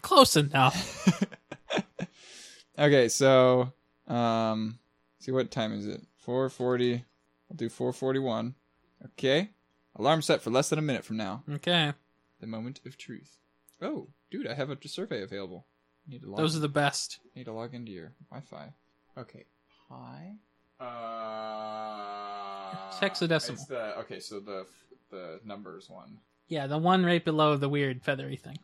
Speaker 1: Close enough.
Speaker 4: okay so um let's see what time is it 440 I'll do 441 okay alarm set for less than a minute from now
Speaker 1: Okay.
Speaker 4: the moment of truth. Oh, dude, I have a survey available. Need to log.
Speaker 1: Those are the best.
Speaker 4: Need to log into your Wi-Fi. Okay. Pi. Uh.
Speaker 1: hexadecimal.
Speaker 4: It's the, okay, so the the numbers one.
Speaker 1: Yeah, the one right below the weird feathery thing.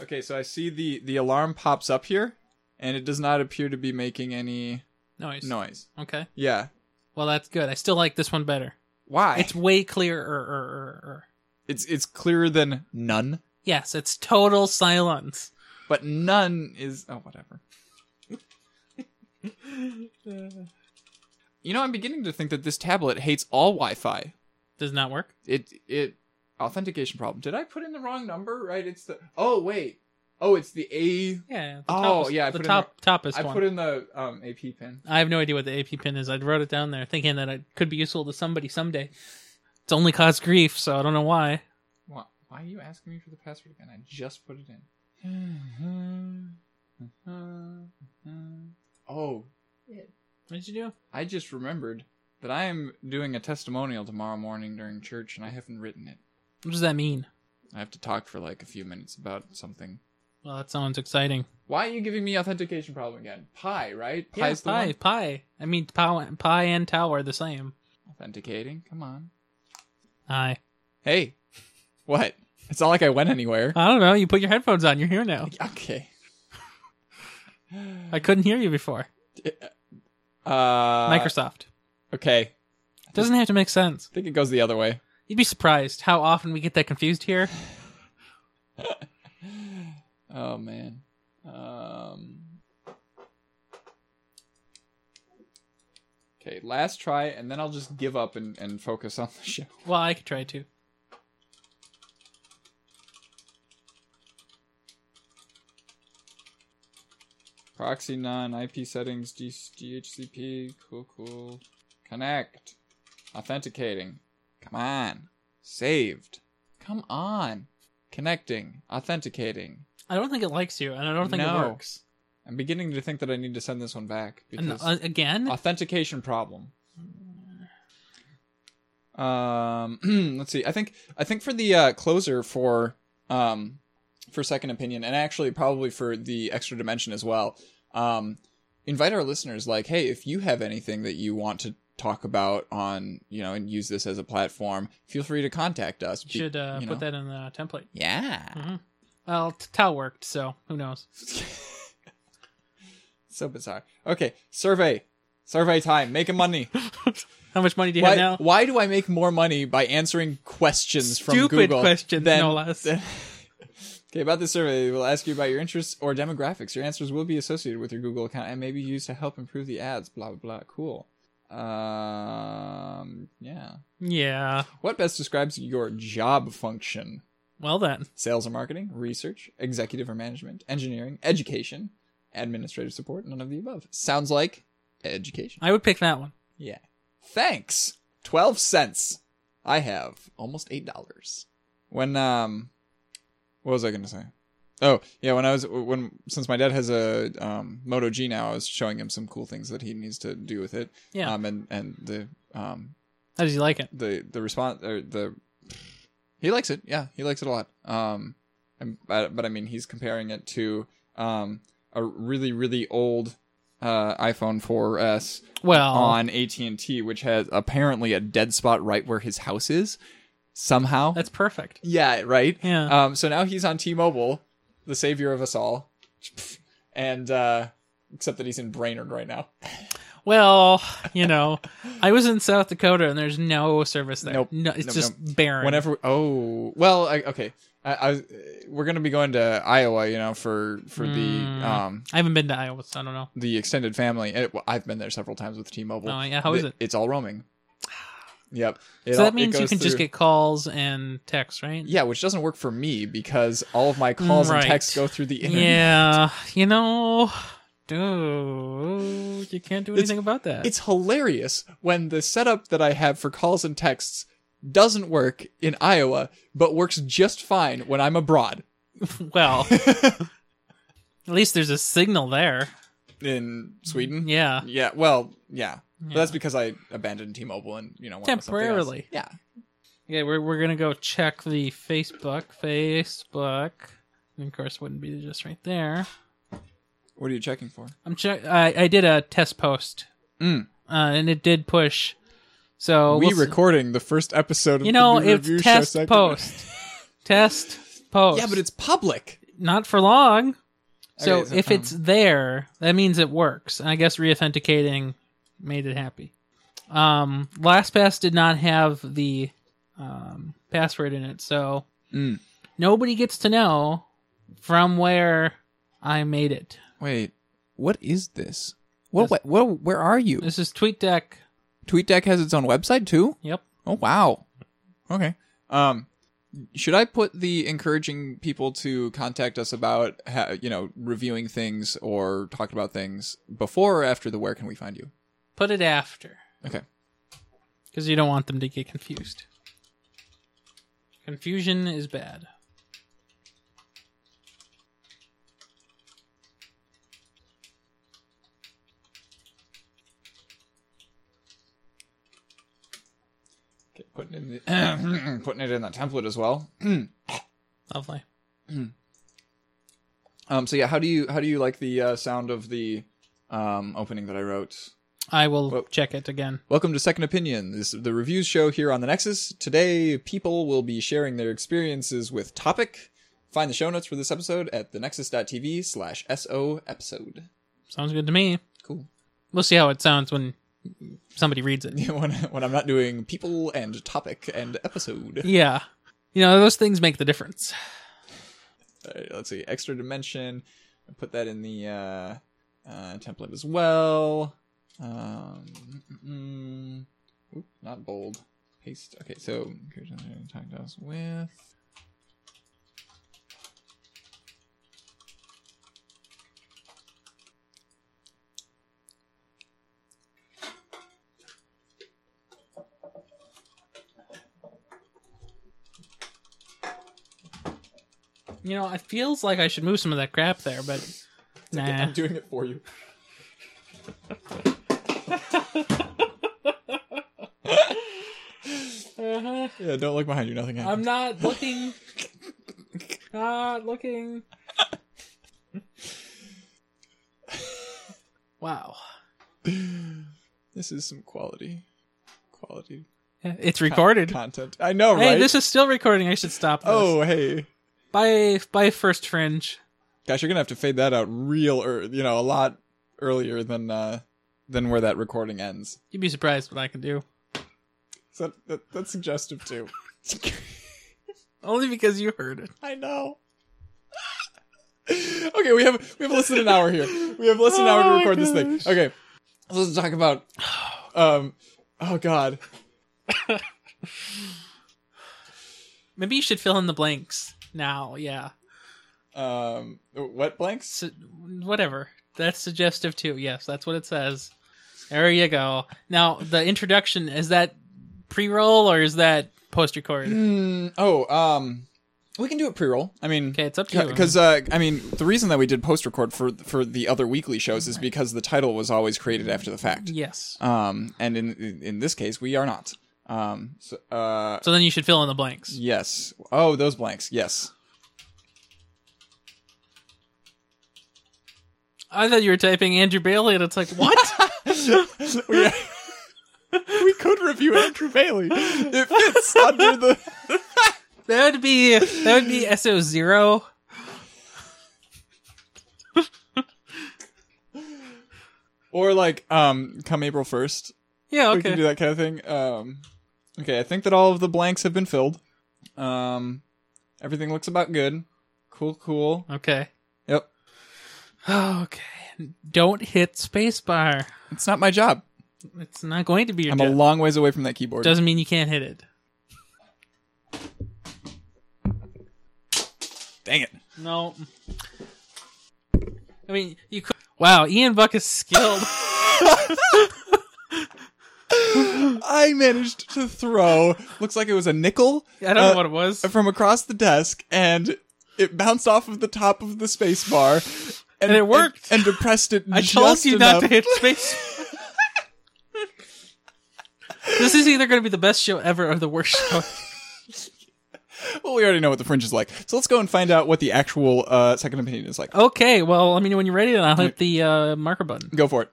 Speaker 4: Okay, so I see the the alarm pops up here, and it does not appear to be making any
Speaker 1: Noise.
Speaker 4: noise.
Speaker 1: Okay.
Speaker 4: Yeah.
Speaker 1: Well, that's good. I still like this one better.
Speaker 4: Why?
Speaker 1: It's way er, clearer.
Speaker 4: it's it's clearer than none,
Speaker 1: Yes, it's total silence.
Speaker 4: but none is oh whatever. You know, I'm beginning to think that this tablet hates all Wi-Fi.
Speaker 1: Does not work.
Speaker 4: it it authentication problem. Did I put in the wrong number? Right, it's the oh wait, oh it's the A.
Speaker 1: Yeah. the
Speaker 4: Oh,
Speaker 1: topest-
Speaker 4: yeah, I
Speaker 1: the
Speaker 4: put in
Speaker 1: top toppest
Speaker 4: I
Speaker 1: one.
Speaker 4: put in the um AP pin.
Speaker 1: I have no idea what the AP pin is. I wrote it down there thinking that it could be useful to somebody someday. It's only caused grief, so I don't know why.
Speaker 4: Why, why are you asking me for the password again? I just put it in. oh,
Speaker 1: What did you do?
Speaker 4: I just remembered that I am doing a testimonial tomorrow morning during church, and I haven't written it.
Speaker 1: What does that mean?
Speaker 4: I have to talk for like a few minutes about something.
Speaker 1: Well, that sounds exciting.
Speaker 4: Why are you giving me authentication problem again? Pi, right?
Speaker 1: Yeah,
Speaker 4: Pi's the
Speaker 1: pie,
Speaker 4: one-
Speaker 1: pie. I mean, pow- pie and tau are the same.
Speaker 4: Authenticating. Come on.
Speaker 1: Aye.
Speaker 4: Hey, what? It's not like I went anywhere.
Speaker 1: I don't know. You put your headphones on. You're here now.
Speaker 4: Okay.
Speaker 1: I couldn't hear you before.
Speaker 4: Uh,
Speaker 1: Microsoft
Speaker 4: Okay.
Speaker 1: doesn't have to make sense.
Speaker 4: I think it goes the other way.
Speaker 1: You'd be surprised how often we get that confused here.
Speaker 4: Oh man. Um. Okay, last try, and then I'll just give up and, and focus on the show.
Speaker 1: Well, I could try to.
Speaker 4: Proxy non IP settings D- DHCP. Cool, cool. Connect. Authenticating. Come on. Saved. Come on. Connecting. Authenticating.
Speaker 1: I don't think it likes you, and I don't think
Speaker 4: No.
Speaker 1: it works.
Speaker 4: I'm beginning to think that I need to send this one back
Speaker 1: And,
Speaker 4: because
Speaker 1: uh, again,
Speaker 4: authentication problem. Um, let's see. I think I think for the uh, closer for um for second opinion and actually probably for the extra dimension as well. Um, invite our listeners like, hey, if you have anything that you want to talk about on you know and use this as a platform, feel free to contact us. Be-
Speaker 1: should uh,
Speaker 4: you
Speaker 1: put
Speaker 4: know.
Speaker 1: that in the template.
Speaker 2: Yeah.
Speaker 1: hmm Well, t- tau worked, so who knows?
Speaker 4: so bizarre. Okay, survey. Survey time, making money.
Speaker 1: How much money do you
Speaker 4: Why,
Speaker 1: have now?
Speaker 4: why do I make more money by answering questions from
Speaker 1: Stupid
Speaker 4: Google?
Speaker 1: questions,
Speaker 4: than-
Speaker 1: no less.
Speaker 4: than- okay, about this survey, we'll ask you about your interests or demographics. Your answers will be associated with your Google account and may be used to help improve the ads. Blah blah blah. Cool. Um, yeah.
Speaker 1: Yeah.
Speaker 4: What best describes your job function?
Speaker 1: Well then.
Speaker 4: Sales or marketing, research, executive or management, engineering, education, administrative support, none of the above. Sounds like education.
Speaker 1: I would pick that one.
Speaker 4: Yeah. Thanks. 12 cents. I have almost $8. When um what was I going to say? Oh, yeah, when I was when since my dad has a um Moto G now, I was showing him some cool things that he needs to do with it.
Speaker 1: Yeah.
Speaker 4: Um and and the um
Speaker 1: How does he like it?
Speaker 4: the the response or the he likes it. Yeah, he likes it a lot. Um and, but, but I mean, he's comparing it to um a really really old uh iPhone 4S
Speaker 1: Well,
Speaker 4: on AT&T which has apparently a dead spot right where his house is somehow.
Speaker 1: that's perfect.
Speaker 4: yeah, right?
Speaker 1: Yeah.
Speaker 4: Um so now he's on T-Mobile, the savior of us all. And uh except that he's in Brainerd right now.
Speaker 1: Well, you know, I was in South Dakota and there's no service there.
Speaker 4: Nope.
Speaker 1: No, it's
Speaker 4: Nope,
Speaker 1: just barren.
Speaker 4: Whenever we- oh well I, okay I, I was- we're gonna be going to Iowa you know for for
Speaker 1: Mm.
Speaker 4: the um
Speaker 1: I haven't been to Iowa, so I don't know.
Speaker 4: the extended family and it, well, I've been there several times with T-Mobile.
Speaker 1: Oh, yeah, how is
Speaker 4: The-
Speaker 1: it?
Speaker 4: It's all roaming. Yep. It
Speaker 1: So
Speaker 4: all-
Speaker 1: that
Speaker 4: it
Speaker 1: means you
Speaker 4: goes
Speaker 1: can just
Speaker 4: through-
Speaker 1: get calls and texts, right?
Speaker 4: yeah, which doesn't work for me because all of my calls
Speaker 1: Mm, Right.
Speaker 4: and texts go through the internet.
Speaker 1: Yeah, you know, dude, you can't do
Speaker 4: It's-
Speaker 1: anything about that.
Speaker 4: It's hilarious when the setup that I have for calls and texts doesn't work in Iowa, but works just fine when I'm abroad.
Speaker 1: well, at least there's a signal there.
Speaker 4: In Sweden?
Speaker 1: Yeah,
Speaker 4: Yeah, well, yeah. But
Speaker 1: Yeah.
Speaker 4: that's because I abandoned T Mobile and, you know, went with something else.
Speaker 1: Temporarily.
Speaker 4: Yeah.
Speaker 1: yeah. We're we're gonna go check the Facebook, Facebook, and of course, wouldn't be just right there.
Speaker 4: What are you checking for?
Speaker 1: I'm check. I, I did a test post,
Speaker 4: Mm.
Speaker 1: uh, and it did push. So
Speaker 4: we
Speaker 1: Oh, we'll s-
Speaker 4: recording the first episode of
Speaker 1: You know,
Speaker 4: the new
Speaker 1: it's
Speaker 4: review show
Speaker 1: test
Speaker 4: segment.
Speaker 1: post, test post.
Speaker 4: Yeah, but it's public.
Speaker 1: not for long. So
Speaker 4: Okay, so,
Speaker 1: if
Speaker 4: um,
Speaker 1: it's there, that means it works. And I guess reauthenticating made it happy. Um, LastPass did not have the um, password in it, so
Speaker 4: Mm.
Speaker 1: nobody gets to know from where I made it.
Speaker 4: Wait, what is this?
Speaker 1: What-
Speaker 4: what, what where are you?
Speaker 1: This is TweetDeck.
Speaker 4: TweetDeck has its own website too.
Speaker 1: Yep.
Speaker 4: Oh wow. Okay. Um, should I put the encouraging people to contact us about ha- you know reviewing things or talking about things before or after the where can we find you?
Speaker 1: Put it after.
Speaker 4: Okay.
Speaker 1: Because you don't want them to get confused. Confusion is bad.
Speaker 4: okay putting in the, putting it in the template as well.
Speaker 1: Lovely.
Speaker 4: um. So yeah, how do you how do you like the uh, sound of the um opening that I wrote?
Speaker 1: I will
Speaker 4: Well-
Speaker 1: check it again.
Speaker 4: Welcome to Second Opinion, this is the reviews show here on the Nexus. Today, people will be sharing their experiences with topic. Find the show notes for this episode at thenexus.tv slash SO episode.
Speaker 1: Sounds good to me.
Speaker 4: Cool.
Speaker 1: We'll see how it sounds when somebody reads it.
Speaker 4: when, when I'm not doing people and topic and episode.
Speaker 1: Yeah. You know, those things make the difference.
Speaker 4: Alright, let's see, extra dimension. I put that in the uh, uh, template as well. Um, mm, mm, oop, not bold. Paste. Okay, so here's another talk to us with.
Speaker 1: You know, it feels like I should move some of that crap there, but nah.
Speaker 4: I'm doing it for you.
Speaker 1: Uh-huh.
Speaker 4: Yeah, don't look behind you. Nothing
Speaker 1: I'm
Speaker 4: happens.
Speaker 1: not looking. not looking. wow.
Speaker 4: This is some quality, quality
Speaker 1: It's
Speaker 4: con-
Speaker 1: recorded.
Speaker 4: content. I know,
Speaker 1: Hey,
Speaker 4: right?
Speaker 1: this is still recording. I should stop this.
Speaker 4: oh, hey,
Speaker 1: Bye, bye, first fringe.
Speaker 4: gosh, you're gonna have to fade that out real, er- you know, a lot earlier than uh than where that recording ends.
Speaker 1: You'd be surprised what I can do.
Speaker 4: So that, that, that's suggestive too.
Speaker 1: Only because you heard it.
Speaker 4: I know. okay, we have we have less than an hour here. We have less than an hour to
Speaker 1: Oh my
Speaker 4: record this thing.
Speaker 1: gosh.
Speaker 4: Okay, let's talk about. Um, oh God,
Speaker 1: Maybe you should fill in the blanks now. Yeah.
Speaker 4: um, wet blanks.
Speaker 1: Su- whatever. That's suggestive too. Yes, that's what it says. There you go. Now the introduction is that pre-roll or is that post-record?
Speaker 4: Hmm. oh, um, we can do it pre-roll. I mean,
Speaker 1: Okay, it's up to you.
Speaker 4: because uh, I mean, the reason that we did post-record for for the other weekly shows is because the title was always created after the fact.
Speaker 1: yes.
Speaker 4: Um, and in in- in this case, we are not. Um, so, uh,
Speaker 1: So then you should fill in the blanks.
Speaker 4: yes. Oh, those blanks. Yes.
Speaker 1: I thought you were typing Andrew Bailey, and it's like what?
Speaker 4: we, we could review Andrew Bailey. It fits under the.
Speaker 1: that would be that would be SO zero.
Speaker 4: Or like, um, come April first,
Speaker 1: Yeah.
Speaker 4: we can do
Speaker 1: Okay.
Speaker 4: that kind of thing. Um, okay, I think that all of the blanks have been filled. Um, everything looks about good. Cool, cool.
Speaker 1: Okay.
Speaker 4: Yep,
Speaker 1: Okay. Don't hit spacebar.
Speaker 4: it's not my job.
Speaker 1: It's not going to be your.
Speaker 4: I'm a
Speaker 1: job.
Speaker 4: long ways away from that keyboard.
Speaker 1: Doesn't mean you can't hit it.
Speaker 4: Dang it!
Speaker 1: No. I mean, you could. Wow, Ian Buck is skilled.
Speaker 4: I managed to throw. Looks like it was a nickel uh,
Speaker 1: I don't know what it was.
Speaker 4: from across the desk, and it bounced off of the top of the space bar. And,
Speaker 1: it worked.
Speaker 4: And, depressed it.
Speaker 1: I told
Speaker 4: just
Speaker 1: you not to
Speaker 4: enough.
Speaker 1: hit space. this is either going to be the best show ever or the worst show.
Speaker 4: Well, we already know what the fringe is like, so let's go and find out what the actual uh, second opinion is like.
Speaker 1: Okay, well, I mean, when you're ready, then I'll hit the uh, marker button.
Speaker 4: Go for it.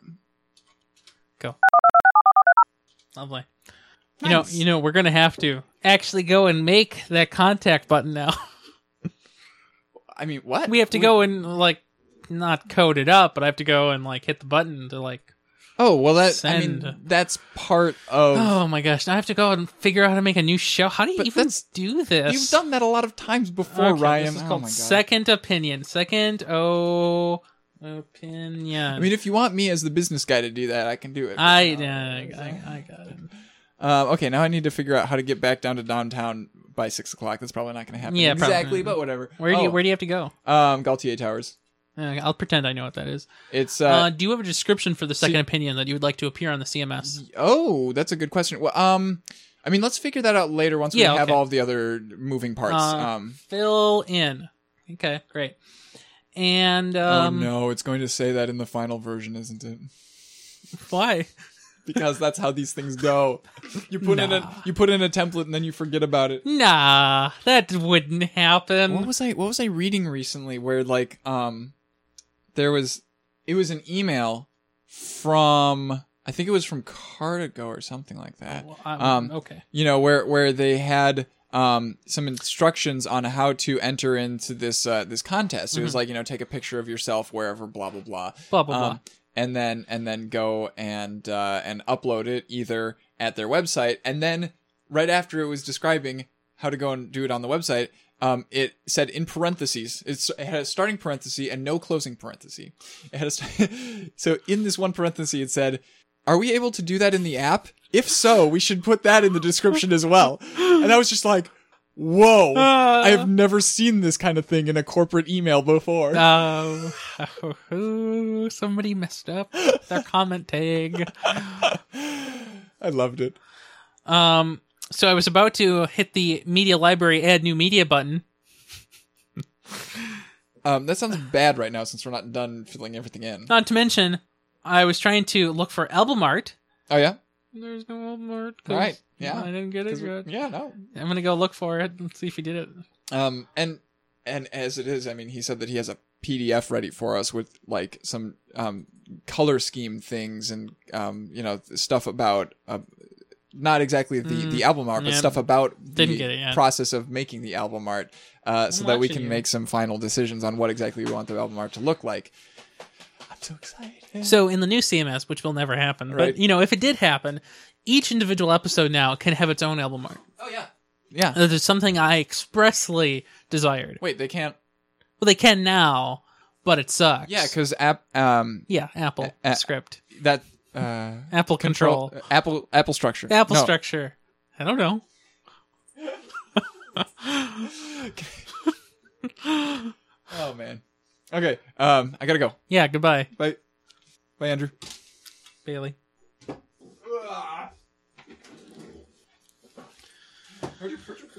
Speaker 1: Lovely. You know,
Speaker 4: Nice.
Speaker 1: you know, we're going to have to actually go and make that contact button now.
Speaker 4: I mean, what?
Speaker 1: we have to go and like not code it up, but I have to go and like hit the button to like
Speaker 4: Oh well, that I mean,
Speaker 1: Send.
Speaker 4: that's part of.
Speaker 1: Oh my gosh! Now I have to go out and figure out how to make a new show. How do you
Speaker 4: But
Speaker 1: even
Speaker 4: that's-
Speaker 1: do this?
Speaker 4: You've done that a lot of times before,
Speaker 1: Okay,
Speaker 4: Ryan.
Speaker 1: This is
Speaker 4: Oh
Speaker 1: called
Speaker 4: my God.
Speaker 1: second opinion. Second oh opinion.
Speaker 4: I mean, uh, if you want me as the business guy to do that, I can do it.
Speaker 1: I, I, I, I got it.
Speaker 4: Um, okay, now I need to figure out how to get back down to downtown by six o'clock. That's probably not going to happen.
Speaker 1: Yeah, probably.
Speaker 4: exactly. But whatever.
Speaker 1: Where do you
Speaker 4: Oh,
Speaker 1: Where do you have to go?
Speaker 4: Um, Galtier Towers.
Speaker 1: Uh, I'll pretend I know what that is.
Speaker 4: It's
Speaker 1: Uh,
Speaker 4: uh,
Speaker 1: do you have a description for the second opinion that you would like to appear on the CMS?
Speaker 4: Oh, that's a good question. Well, um, I mean, let's figure that out later once
Speaker 1: Yeah,
Speaker 4: we have
Speaker 1: okay.
Speaker 4: all of the other moving parts.
Speaker 1: Uh,
Speaker 4: um,
Speaker 1: Fill in. Okay, great. And um,
Speaker 4: oh no, it's going to say that in the final version, isn't it?
Speaker 1: why?
Speaker 4: Because that's how these things go. You put in a
Speaker 1: Nah.
Speaker 4: you put in a template and then you forget about it.
Speaker 1: Nah, that wouldn't happen.
Speaker 4: What was I What was I reading recently? Where like um, there was it was an email from I think it was from Cardigo or something like that.
Speaker 1: Well, I'm-
Speaker 4: Um,
Speaker 1: okay.
Speaker 4: you know where where they had um some instructions on how to enter into this uh this contest it was like you know take a picture of yourself wherever blah blah blah
Speaker 1: Blah blah blah.
Speaker 4: um, and then and then go and uh and upload it either at their website and then right after it was describing how to go and do it on the website um, it said in parentheses. It's, it had a starting parenthesis and no closing parenthesis. It had a st- so in this one parenthesis, it said, "Are we able to do that in the app? If so, we should put that in the description as well." And I was just like, "Whoa! I have never seen this kind of thing in a corporate email before."
Speaker 1: Oh, somebody messed up their comment tag.
Speaker 4: I loved it.
Speaker 1: Um, so I was about to hit the media library add new media button.
Speaker 4: Um, that sounds bad right now since we're not done filling everything in.
Speaker 1: Not to mention, I was trying to look for album art.
Speaker 4: Oh yeah,
Speaker 1: There's no album art. 'cause
Speaker 4: Right, yeah.
Speaker 1: I didn't get
Speaker 4: 'Cause
Speaker 1: it
Speaker 4: we-
Speaker 1: yet.
Speaker 4: yeah, no.
Speaker 1: I'm gonna go look for it and see if he did it.
Speaker 4: Um, and and as it is, I mean, he said that he has a PDF ready for us with like some um color scheme things and um you know stuff about uh, not exactly the
Speaker 1: Mm,
Speaker 4: the album art, but
Speaker 1: yeah.
Speaker 4: stuff about
Speaker 1: Didn't
Speaker 4: the
Speaker 1: get it yet.
Speaker 4: process of making the album art, uh, so
Speaker 1: I'm
Speaker 4: that we
Speaker 1: watching
Speaker 4: can
Speaker 1: you.
Speaker 4: make some final decisions on what exactly we want the album art to look like. I'm so excited.
Speaker 1: So in the new CMS, which will never happen,
Speaker 4: Right.
Speaker 1: but you know, if it did happen, each individual episode now can have its own album art.
Speaker 3: Oh yeah.
Speaker 4: yeah.
Speaker 1: Uh, There's something I expressly desired.
Speaker 4: Wait, they can't.
Speaker 1: Well, they can now, but it sucks.
Speaker 4: Yeah, because app um
Speaker 1: yeah, Apple
Speaker 4: Uh, uh,
Speaker 1: script,
Speaker 4: that uh
Speaker 1: Apple control,
Speaker 4: uh, Apple Apple structure.
Speaker 1: Apple
Speaker 4: No.
Speaker 1: structure. I don't know.
Speaker 4: Oh man. Okay. Um, I gotta go.
Speaker 1: Yeah, goodbye,
Speaker 4: Bye. Bye, Andrew.
Speaker 1: Bailey.
Speaker 4: Hurt your- hurt your